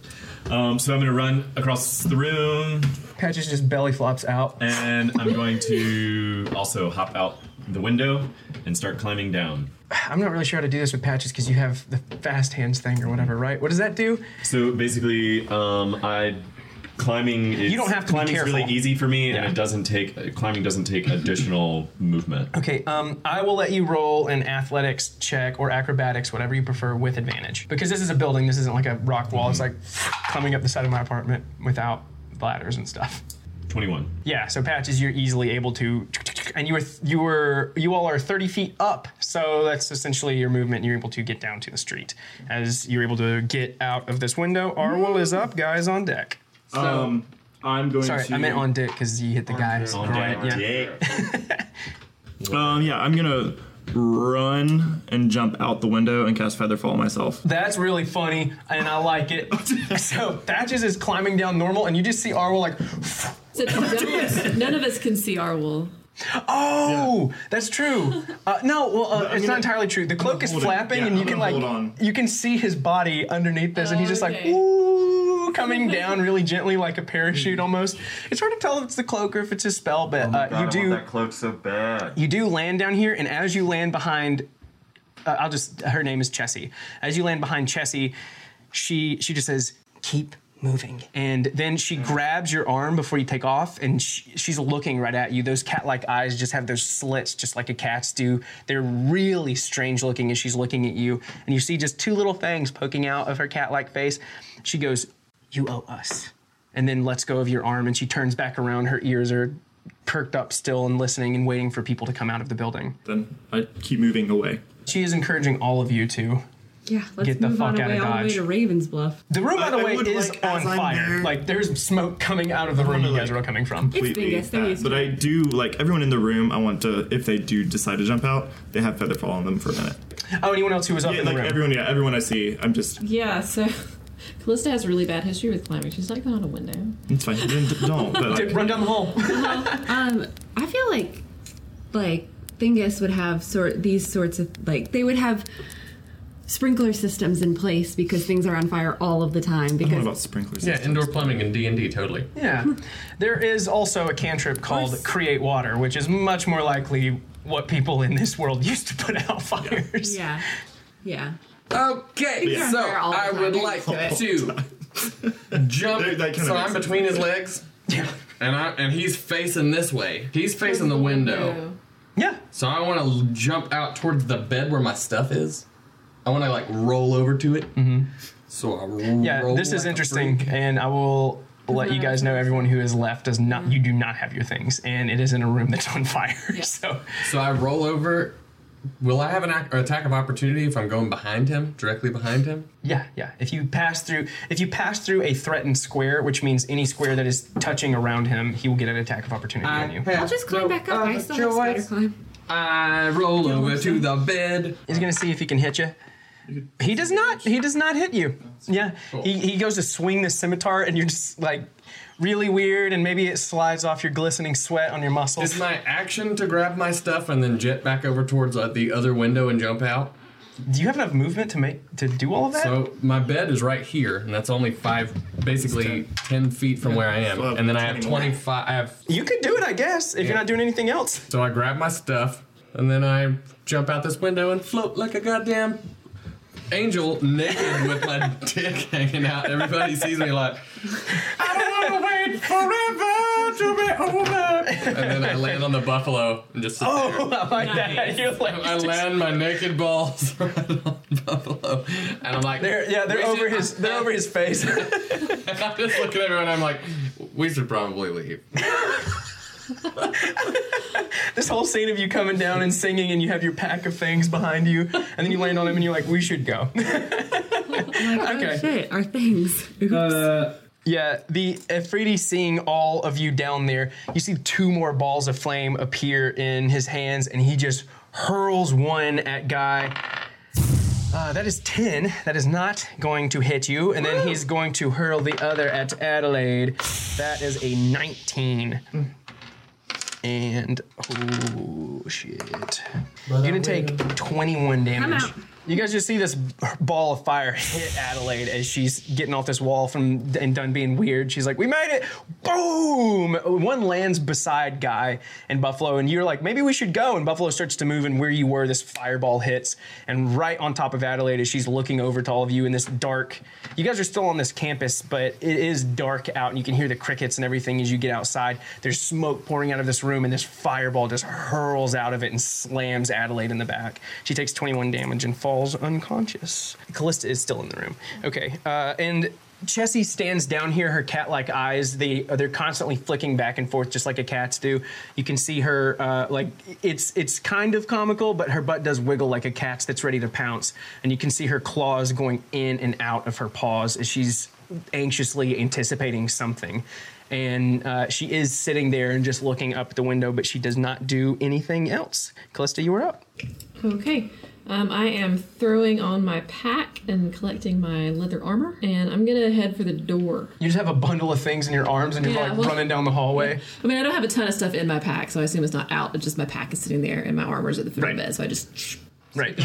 Um, so I'm going to run across the room. Patches just belly flops out. And I'm going to also hop out the window and start climbing down. I'm not really sure how to do this with Patches because you have the fast hands thing or whatever, right? What does that do? So basically, um, I climbing. Is, You don't have to be climbing is really careful. easy for me, and it doesn't take uh, climbing doesn't take additional movement. Okay, um, I will let you roll an athletics check or acrobatics, whatever you prefer, with advantage. Because this is a building, this isn't like a rock wall. It's like coming up the side of my apartment without ladders and stuff. Twenty-one. Yeah, so patches you're easily able to, and you were you were you all are 30 feet up, so that's essentially your movement. You're able to get down to the street as you're able to get out of this window. Arwell is up, guys on deck. Um, I'm going Sorry, to- I meant on deck because you hit the guys. On groin, deck. yeah. Um, yeah, I'm gonna run and jump out the window and cast Feather Fall myself. That's really funny, and I like it. so Patches is climbing down normal, and you just see Arwell like, So none of us- none of us can see Arwol. oh, that's true. Uh, no, well, uh, it's not gonna- entirely true. The cloak is hold it. flapping, Yeah, and you I'm can gonna like, hold on. Oh, you can see his body underneath this, and he's just like, okay. ooh, coming down really gently like a Mm-hmm. parachute almost. It's hard to tell if it's the cloak or if it's his spell, Oh but uh, you do. cloak so bad. You do land down here, and as you land behind, uh, I'll just her name is Chessie. As you land behind Chessie, she she just says, "Keep moving," and then she grabs your arm before you take off, and she, she's looking right at you. Those cat-like eyes just have those slits, just like a cat's do. They're really strange looking, and she's looking at you, and you see just two little fangs poking out of her cat-like face. She goes, "You owe us." and then lets go of your arm and she turns back around her ears are perked up still and listening and waiting for people to come out of the building Then I keep moving away. she is encouraging all of you to Yeah, let's Get the move fuck on outta away all the way Dodge. to Ravens Bluff. the room by the I- I way would is like, on as I'm fire there- like there's smoke coming out of the room you guys are all coming from completely that. But I do like everyone in the room. I want to, if they do decide to jump out, they have feather fall on them for a minute. Oh, anyone else who was up yeah, in the like room? everyone, yeah, everyone I see. I'm just, Yeah, so Callista has a really bad history with climbing. She's not going out a window. it's fine. Then d- don't. But like, run down the hall. um, I feel like like Thingus would have sort these sorts of like they would have sprinkler systems in place because things are on fire all of the time. Because sprinklers. Yeah, indoor plumbing and D and D totally. yeah there is also a cantrip called create water which is much more likely what people in this world used to put out fires yeah, yeah. Okay, Yeah. so They're all I would climbing. like All to jump. kinda so makes I'm between sense. his legs. And I and he's facing this way. He's facing the window. Yeah. So I want to jump out towards the bed where my stuff is. I want to like roll over to it. Mm-hmm. So I roll. yeah this is like a interesting freak. and i will let you guys know everyone who is left does not you do not have your things and it is in a room that's on fire so So I roll over. Will I have an ac- attack of opportunity if I'm going behind him, directly behind him? yeah yeah if you pass through if you pass through a threatened square which means any square that is touching around him he will get an attack of opportunity on you I'll just climb back uh, up. I still have spider climb. I roll over to the bed. He's gonna see if he can hit you. He does not. He does not hit you. Yeah. He, he goes to swing the scimitar, and you're just like really weird, and maybe it slides off your glistening sweat on your muscles. Is my action to grab my stuff and then jet back over towards uh, the other window and jump out? Do you have enough movement to make to do all of that? So my bed is right here, and that's only five, basically ten. feet from where I am, and then I have twenty-five. I have. You could do it, I guess, if you're not doing anything else. So I grab my stuff, and then I jump out this window and float like a goddamn angel, naked with my dick hanging out. Everybody sees me like. I don't want to wait forever to me, and then I land on the buffalo and just. sit Oh, there. I like that. You're like- I land my naked balls right on buffalo, and I'm like, They're, yeah, they're "We over should-" his. They're over his face. And I'm just looking at everyone. I'm like, we should probably leave. this whole scene of you coming down and singing, and you have your pack of things behind you, and then you land on him, and you're like, "We should go." Oh, okay. Shit, our things. Uh, yeah, the Efriti seeing all of you down there, you see two more balls of flame appear in his hands, and he just hurls one at Guy. Uh, that is 10. That is not going to hit you. And then he's going to hurl the other at Adelaide. That is a 19. And, oh, shit. You're going to take 21 damage. out. You guys just see this ball of fire hit Adelaide as she's getting off this wall from and done being weird. She's like, "We made it!" Boom! One lands beside Guy and Buffalo, and you're like, "Maybe we should go." And Buffalo starts to move, and where you were, this fireball hits, and right on top of Adelaide as she's looking over to all of you in this dark. You guys are still on this campus, but it is dark out, and you can hear the crickets and everything as you get outside. There's smoke pouring out of this room, and this fireball just hurls out of it and slams Adelaide in the back. She takes 21 damage and falls unconscious. Callista is still in the room. Okay, uh, and Chessie stands down here, her cat-like eyes. They they're constantly flicking back and forth, just like a cat's do. You can see her uh, like it's it's kind of comical, but her butt does wiggle like a cat's that's ready to pounce, and you can see her claws going in and out of her paws as she's anxiously anticipating something. And uh, she is sitting there and just looking up at the window, but she does not do anything else. Callista, you were up. Okay. Um, I am throwing on my pack and collecting my leather armor, and I'm gonna head for the door. You just have a bundle of things in your arms, and you're Yeah, like well- running down the hallway. I mean, I don't have a ton of stuff in my pack, so I assume it's not out. It's just my pack is sitting there, and my armor's at the foot of the bed, so I just right.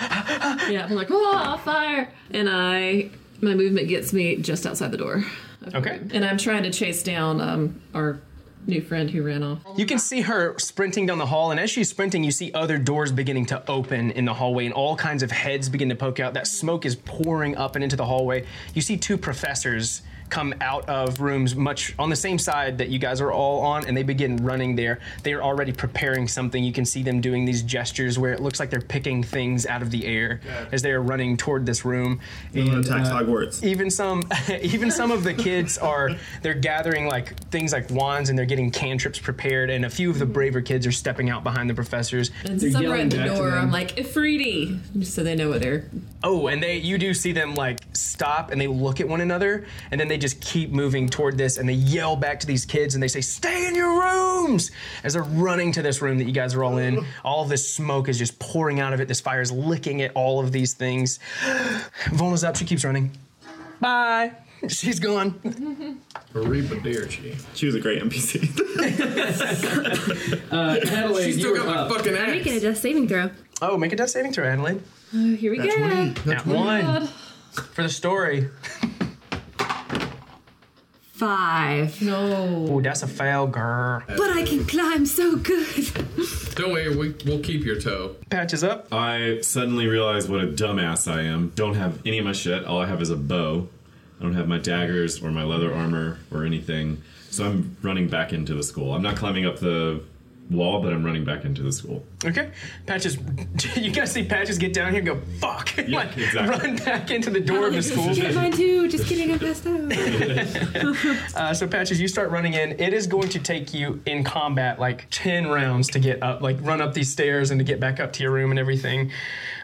yeah, I'm like, oh, fire! And I, my movement gets me just outside the door. Okay. And I'm trying to chase down um, our new friend who ran off. You can see her sprinting down the hall, and as she's sprinting, you see other doors beginning to open in the hallway, and all kinds of heads begin to poke out. That smoke is pouring up and into the hallway. You see two professors come out of rooms much on the same side that you guys are all on, and they begin running there. They are already preparing something. You can see them doing these gestures where it looks like they're picking things out of the air as they are running toward this room. No one And, attacks uh, Hogwarts. even some even some of the kids are they're gathering like things like wands and they're getting cantrips prepared and a few of the braver kids are stepping out behind the professors Mm-hmm. And some are at the door. I'm like, Ifriti, just so they know what they're. oh and they you do see them like stop and they look at one another and then they just keep moving toward this and they yell back to these kids and they say stay in your rooms as they're running to this room that you guys are all in all this smoke is just pouring out of it this fire is licking at all of these things Volna's up she keeps running bye she's gone Ariba Dearchi. She was a great NPC. Uh, Adelaide, She's still you got were my up. fucking I'm making a death saving throw. Oh, make a death saving throw, Adelaide. Oh, here we Nat go. 20, Nat Oh my 20. God. For the story. Five. No. Oh, that's a fail, girl. But I can climb so good. Don't worry, we, we'll keep your toe. Patches up. I suddenly realize what a dumbass I am. Don't have any of my shit. All I have is a bow. I don't have my daggers or my leather armor or anything. So I'm running back into the school. I'm not climbing up the wall, but I'm running back into the school. Okay. Patches, you guys see Patches get down here and go, fuck. like, exactly. run back into the door of the school. Get mine too. Just kidding. I passed out. Uh, so, Patches, you start running in. It is going to take you in combat like 10 rounds to get up, like run up these stairs and to get back up to your room and everything.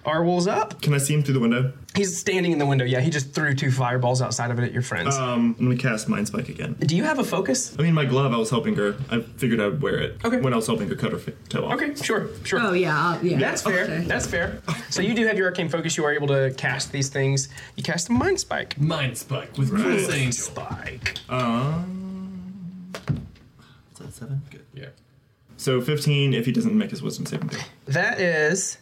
Arwol's up. Can I see him through the window? He's standing in the window. Yeah, he just threw two fireballs outside of it at your friends. Um, I'm gonna cast Mind Spike again. Do you have a focus? I mean, my glove. I was helping her. I figured I'd wear it. Okay. When I was helping her cut her fi- toe off. Okay, sure, sure. Oh yeah, I'll- yeah. That's fair. Okay. That's fair. So you do have your arcane focus. You are able to cast these things. You cast a mind spike. Mind spike with Right. Angel. Spike. Um, Uh, is that seven? Good. Yeah. So 15 if he doesn't make his wisdom saving throw. That is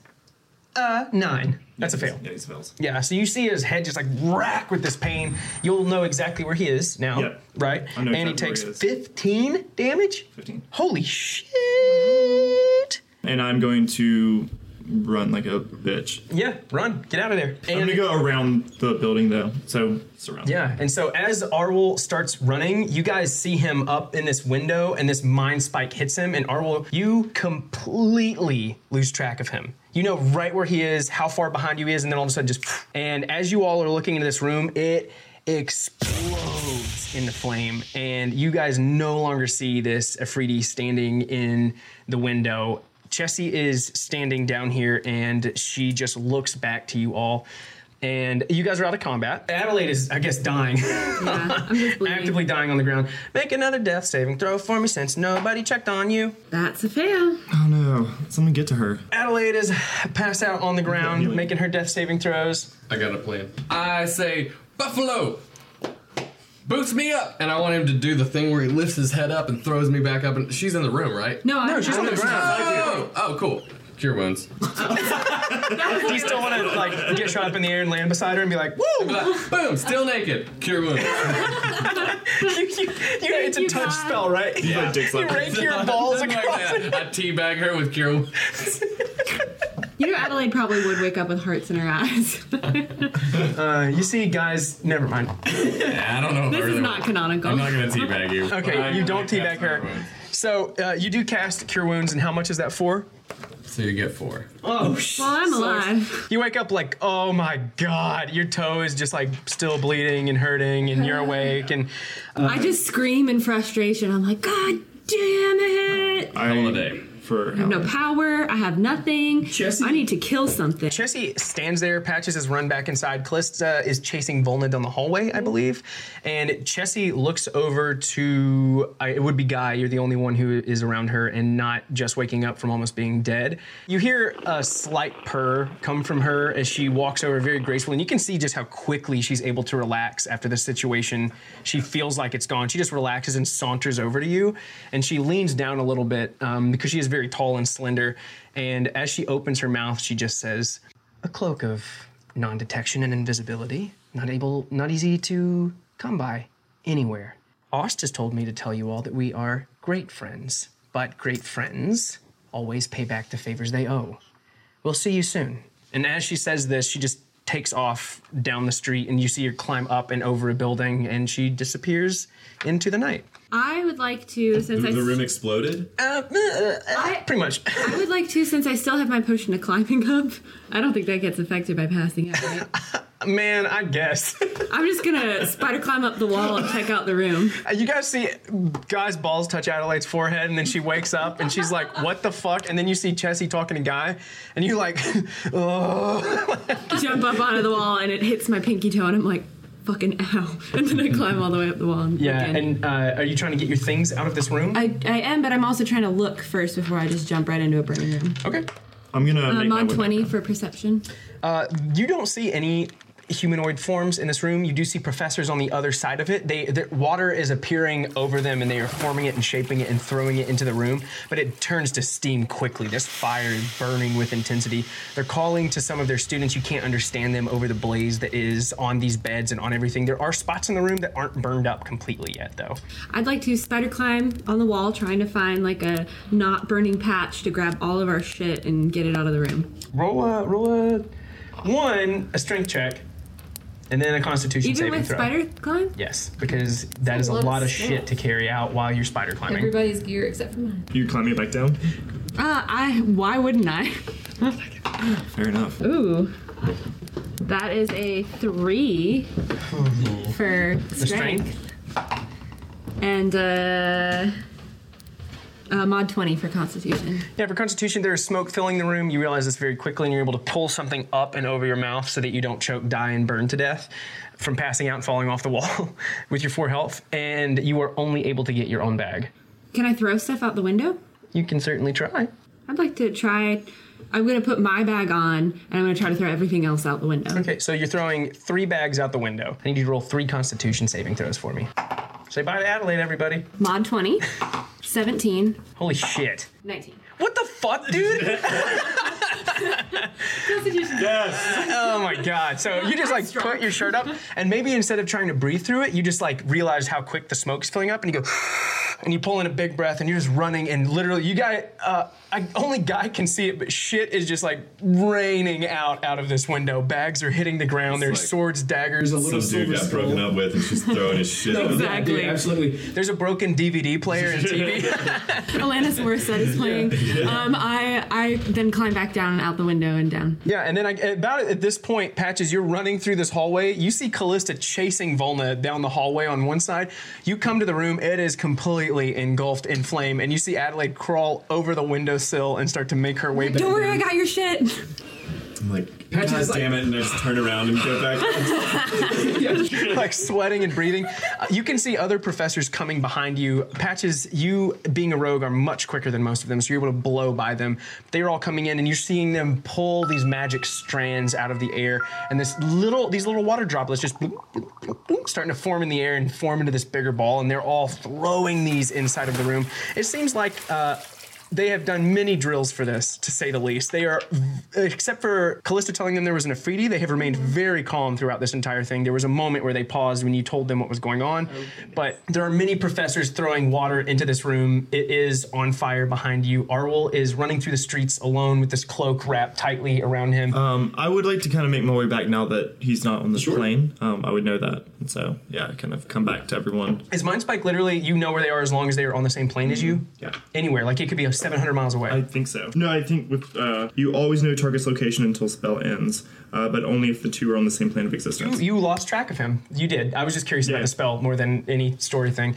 uh nine. That's a fail. Yeah, he fails. Yeah. So you see his head just like rack with this pain. You'll know exactly where he is now. Yep. Right. I know and he exactly takes where he is. fifteen damage. 15. Holy shit! And I'm going to run like a bitch. Yeah, run. Get out of there. I'm gonna go around the building though, so surround. Yeah, and so as Arwol starts running, you guys see him up in this window, and this mind spike hits him, and Arwol, you completely lose track of him. You know right where he is, how far behind you he is, and then all of a sudden just. And as you all are looking into this room, it explodes into flame, and you guys no longer see this Afridi standing in the window. Chessie is standing down here, and she just looks back to you all. And you guys are out of combat. Adelaide is, I guess, dying. Actively dying on the ground. Make another death saving throw for me since nobody checked on you. That's a fail. Oh no! Someone get to her. Adelaide is passed out on the ground, making her death saving throws. I got a plan. I say, Buffalo, boost me up. And I want him to do the thing where he lifts his head up and throws me back up. And she's in the room, right? No, I- No, she's on the ground. Oh, oh, cool. Cure wounds. Do you still want to like get shot up in the air and land beside her and be like, "Woo!" Boom! Still naked. Cure wounds. you, you, you, it's a touch spell, right? Yeah. You rake your balls across. I teabag her with cure wounds. You know, Adelaide probably would wake up with hearts in her eyes. Uh, you see, guys, never mind. I don't know. This is not canonical. I'm not gonna teabag you. Okay, I- you don't I teabag cast her. So uh, you do cast Cure Wounds, and how much is that for? So you get four. Oh, well, I'm alive. You wake up like, oh my god, your toe is just like still bleeding and hurting, and you're awake. And uh, I just scream in frustration. I'm like, God damn it! I, for I have no power. I have nothing. I need to kill something. Jesse stands there. Patches has run back inside. Callista is chasing Volna down the hallway, I believe. And Chessie looks over to I, it would be Guy. You're the only one who is around her and not just waking up from almost being dead. You hear a slight purr come from her as she walks over very gracefully, and you can see just how quickly she's able to relax after this situation. She feels like it's gone. She just relaxes and saunters over to you, and she leans down a little bit um, because she is very tall and slender. And as she opens her mouth, she just says, "A cloak of non-detection and invisibility, not able, not easy to come by anywhere." Ost has told me to tell you all that we are great friends, but great friends always pay back the favors they owe. We'll see you soon. And as she says this, she just takes off down the street, and you see her climb up and over a building, and she disappears into the night. I would like to, since I exploded? Uh, pretty much. I would like to, since I still have my potion of climbing up. I don't think that gets affected by passing out. Right? Man, I guess. I'm just gonna spider climb up the wall and check out the room. Uh, You guys see Guy's balls touch Adelaide's forehead, and then she wakes up and she's like, "What the fuck?" And then you see Chessie talking to Guy, and you like, "Oh." Jump up onto the wall and it hits my pinky toe, and I'm like, fucking ow! And then I climb all the way up the wall. And Yeah. And uh, are you trying to get your things out of this room? I, I am, but I'm also trying to look first before I just jump right into a burning room. Okay. I'm gonna I'm on 20 for perception. Uh, you don't see any humanoid forms in this room. You do see professors on the other side of it. They their water is appearing over them, and they are forming it and shaping it and throwing it into the room. But it turns to steam quickly. This fire is burning with intensity. They're calling to some of their students. You can't understand them over the blaze that is on these beds and on everything. There are spots in the room that aren't burned up completely yet, though. I'd like to spider climb on the wall, trying to find like a not burning patch to grab all of our shit and get it out of the room. Roll a roll a one a strength check, and then a Constitution Even saving with throw. spider climb? Yes, because that a is a lot of lot of stuff. shit to carry out while you're spider climbing. Everybody's gear except for mine. You climb me back down. Uh, I. Why wouldn't I? Fair enough. Ooh. That is a three for The strength. strength. And uh, a mod 20 for constitution. Yeah, for Constitution, there is smoke filling the room. You realize this very quickly, and you're able to pull something up and over your mouth so that you don't choke, die, and burn to death from passing out and falling off the wall with your four health. And you are only able to get your own bag. Can I throw stuff out the window? You can certainly try. I'd like to try. I'm going to put my bag on and I'm going to try to throw everything else out the window. Okay, so you're throwing three bags out the window. I need you to roll three Constitution saving throws for me. Say bye to Adelaide, everybody. Mod 20, 17, Holy shit. 19. What the fuck, dude? Constitution. Yes. Oh my god. So you just like put your shirt up, and maybe instead of trying to breathe through it, you just like realize how quick the smoke's filling up, and you go, and you pull in a big breath, and you're just running, and literally you got uh, I, only guy can see it, but shit is just like raining out out of this window. Bags are hitting the ground. There's swords, daggers. Some dude got broken up with and she's throwing his shit. out. absolutely. There's a broken DVD player and TV. Alanis Morissette is playing. Um, I I then climb back down and out the window and down. Yeah, and then I, about at this point, Patches, you're running through this hallway. You see Callista chasing Volna down the hallway on one side. You come to the room, it is completely engulfed in flame, and you see Adelaide crawl over the windowsill and start to make her way back. Don't worry, I got your shit. I'm like, God damn it, and I just turn around and go back. Yeah, like sweating and breathing. Uh, You can see other professors coming behind you. Patches, you being a rogue are much quicker than most of them, so you're able to blow by them. They're all coming in, and you're seeing them pull these magic strands out of the air, and this little these little water droplets just bloop, bloop, bloop, bloop, starting to form in the air and form into this bigger ball, and they're all throwing these inside of the room. It seems like. Uh, they have done many drills for this, to say the least. They are, except for Callista telling them there was an Afridi, they have remained very calm throughout this entire thing. There was a moment where they paused when you told them what was going on, but there are many professors throwing water into this room. It is on fire behind you. Arwel is running through the streets alone with this cloak wrapped tightly around him. Um, I would like to kind of make my way back now that he's not on the plane. Um, I would know that. And so, yeah, I kind of come back to everyone. Is Mind Spike literally, you know where they are as long as they are on the same plane as you? Yeah. Anywhere. Like it could be 700 miles away. Mm-hmm. I think so. No, I think with uh, you always know target's location until spell ends, uh, but only if the two are on the same plane of existence. You, you lost track of him. You did. I was just curious about the spell more than any story thing.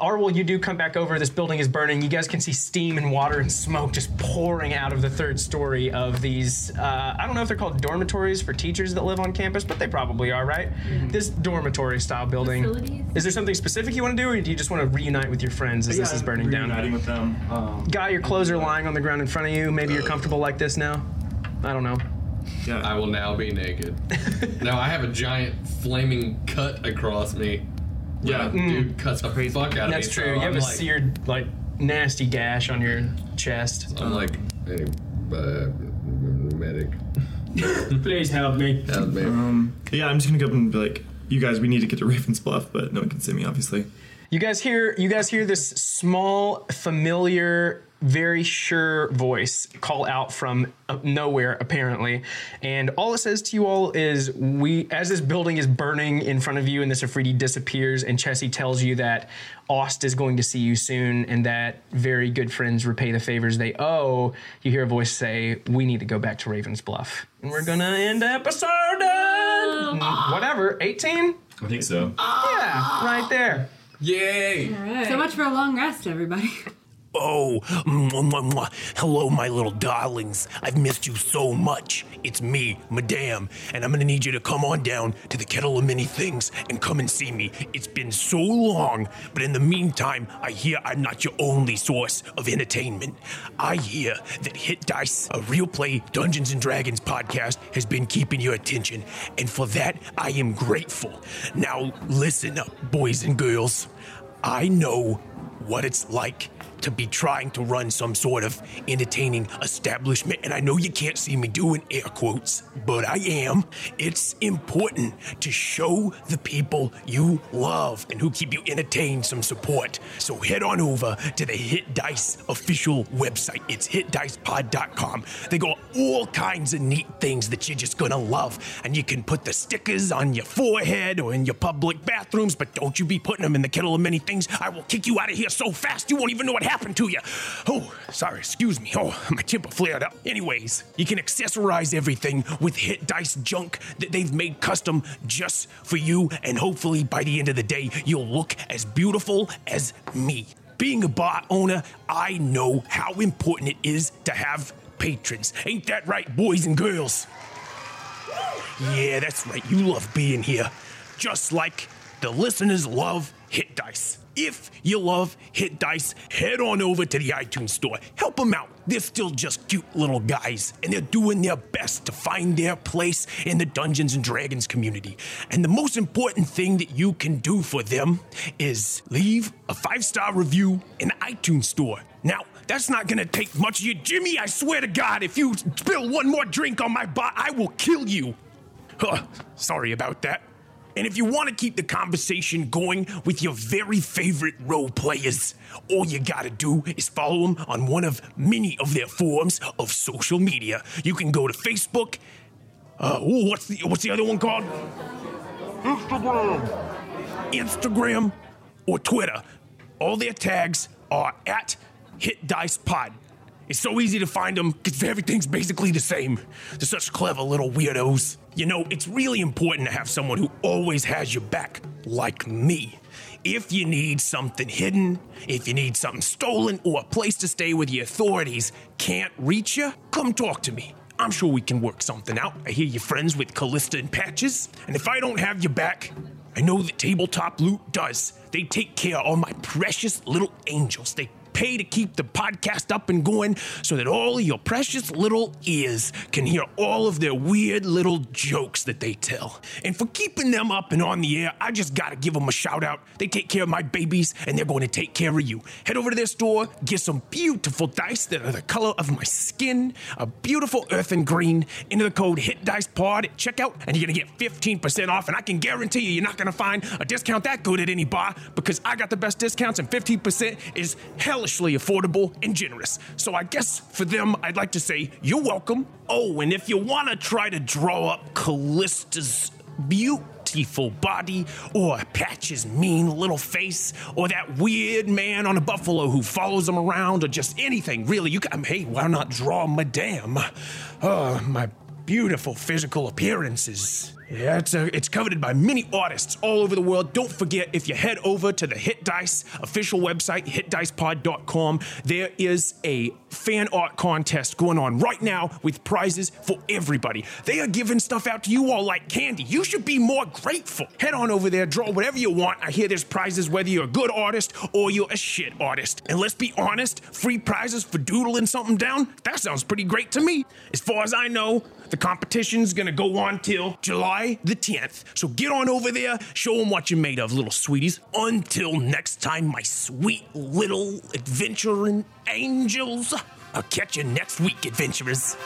Arwell, you do come back over. This building is burning. You guys can see steam and water and smoke just pouring out of the third story of these. Uh, I don't know if they're called dormitories for teachers that live on campus, but they probably are, right? This dormitory style building. Is there something specific you want to do, or do you just want to reunite with your friends as this Yeah, is burning down? reuniting with them. Um, Guy, your clothes are lying on the ground in front of you. Maybe you're comfortable like this now. I don't know. I will now be naked. now I have a giant flaming cut across me. Yeah, Hmm. dude cuts the fuck out of me. That's so true. You have I'm a like- seared, like, nasty gash on your chest. I'm like, hey, uh, medic. Please help me. Help me. Um, yeah, I'm just gonna go up and be like, you guys, we need to get to Raven's Bluff, but no one can see me, obviously. You guys hear you guys hear this small, familiar, very sure voice call out from uh, nowhere apparently, and all it says to you all is we as this building is burning in front of you and this Afridi disappears and Chessie tells you that Ost is going to see you soon and that very good friends repay the favors they owe. You hear a voice say, "We need to go back to Raven's Bluff." And we're gonna end the episode. at, mm, Whatever, 18? I think so. Yeah, right there. Yay! So much for a long rest, everybody. Oh, mwah, mwah, mwah. hello, my little darlings. I've missed you so much. It's me, Madame, and I'm gonna need you to come on down to the Kettle of Many Things and come and see me. It's been so long, but in the meantime, I hear I'm not your only source of entertainment. I hear that Hit Dice, a real play Dungeons and Dragons podcast, has been keeping your attention, and for that, I am grateful. Now, listen up, boys and girls. I know what it's like to be trying to run some sort of entertaining establishment. And I know you can't see me doing air quotes, but I am. It's important to show the people you love and who keep you entertained some support. So head on over to the Hit Dice official website. It's hitdicepod.com. They got all kinds of neat things that you're just gonna love. And you can put the stickers on your forehead or in your public bathrooms, but don't you be putting them in the kettle of many things. I will kick you out of here so fast you won't even know what happened to you. Oh, sorry, excuse me. Oh, my temper flared up. Anyways, you can accessorize everything with hit dice junk that they've made custom just for you, and hopefully by the end of the day, you'll look as beautiful as me. Being a bar owner, I know how important it is to have patrons. Ain't that right, boys and girls? Yeah, that's right. You love being here. Just like the listeners love Hit Dice. If you love Hit Dice, head on over to the iTunes store. Help them out. They're still just cute little guys, and they're doing their best to find their place in the Dungeons and Dragons community. And the most important thing that you can do for them is leave a five star review in the iTunes store. Now, that's not gonna take much of you. Jimmy, I swear to God, if you spill one more drink on my bot, I will kill you. Huh, sorry about that. And if you want to keep the conversation going with your very favorite role players, all you gotta do is follow them on one of many of their forms of social media. You can go to Facebook. Uh, ooh, what's the what's the other one called? Instagram. Instagram or Twitter. All their tags are at Hit Dice Pod. It's so easy to find them because everything's basically the same. They're such clever little weirdos. You know, it's really important to have someone who always has your back, like me. If you need something hidden, if you need something stolen, or a place to stay where the authorities can't reach you, come talk to me. I'm sure we can work something out. I hear you're friends with Callista and Patches, and if I don't have your back, I know that Tabletop Loot does. They take care of all my precious little angels. They pay to keep the podcast up and going so that all your precious little ears can hear all of their weird little jokes that they tell. And for keeping them up and on the air, I just gotta give them a shout out. They take care of my babies and they're going to take care of you. Head over to their store, get some beautiful dice that are the color of my skin, a beautiful earth and green. Enter the code HITDICEPOD at checkout and you're gonna get 15% off. And I can guarantee you, you're not gonna find a discount that good at any bar because I got the best discounts and 15% is hellishly affordable and generous. So I guess for them, I'd like to say you're welcome. Oh, and if you want to try to draw up Callista's beautiful body, or Patch's mean little face, or that weird man on a buffalo who follows them around, or just anything really, you can. Hey, why not draw Madame? Oh, my beautiful physical appearances. Yeah, it's, uh, it's coveted by many artists all over the world. Don't forget, if you head over to the Hit Dice official website, hitdicepod.com, there is a fan art contest going on right now with prizes for everybody. They are giving stuff out to you all like candy. You should be more grateful. Head on over there, draw whatever you want. I hear there's prizes whether you're a good artist or you're a shit artist. And let's be honest, free prizes for doodling something down? That sounds pretty great to me. As far as I know, the competition's gonna go on till July the 10th. So get on over there, show them what you're made of, little sweeties. Until next time, my sweet little adventuring angels. I'll catch you next week, adventurers.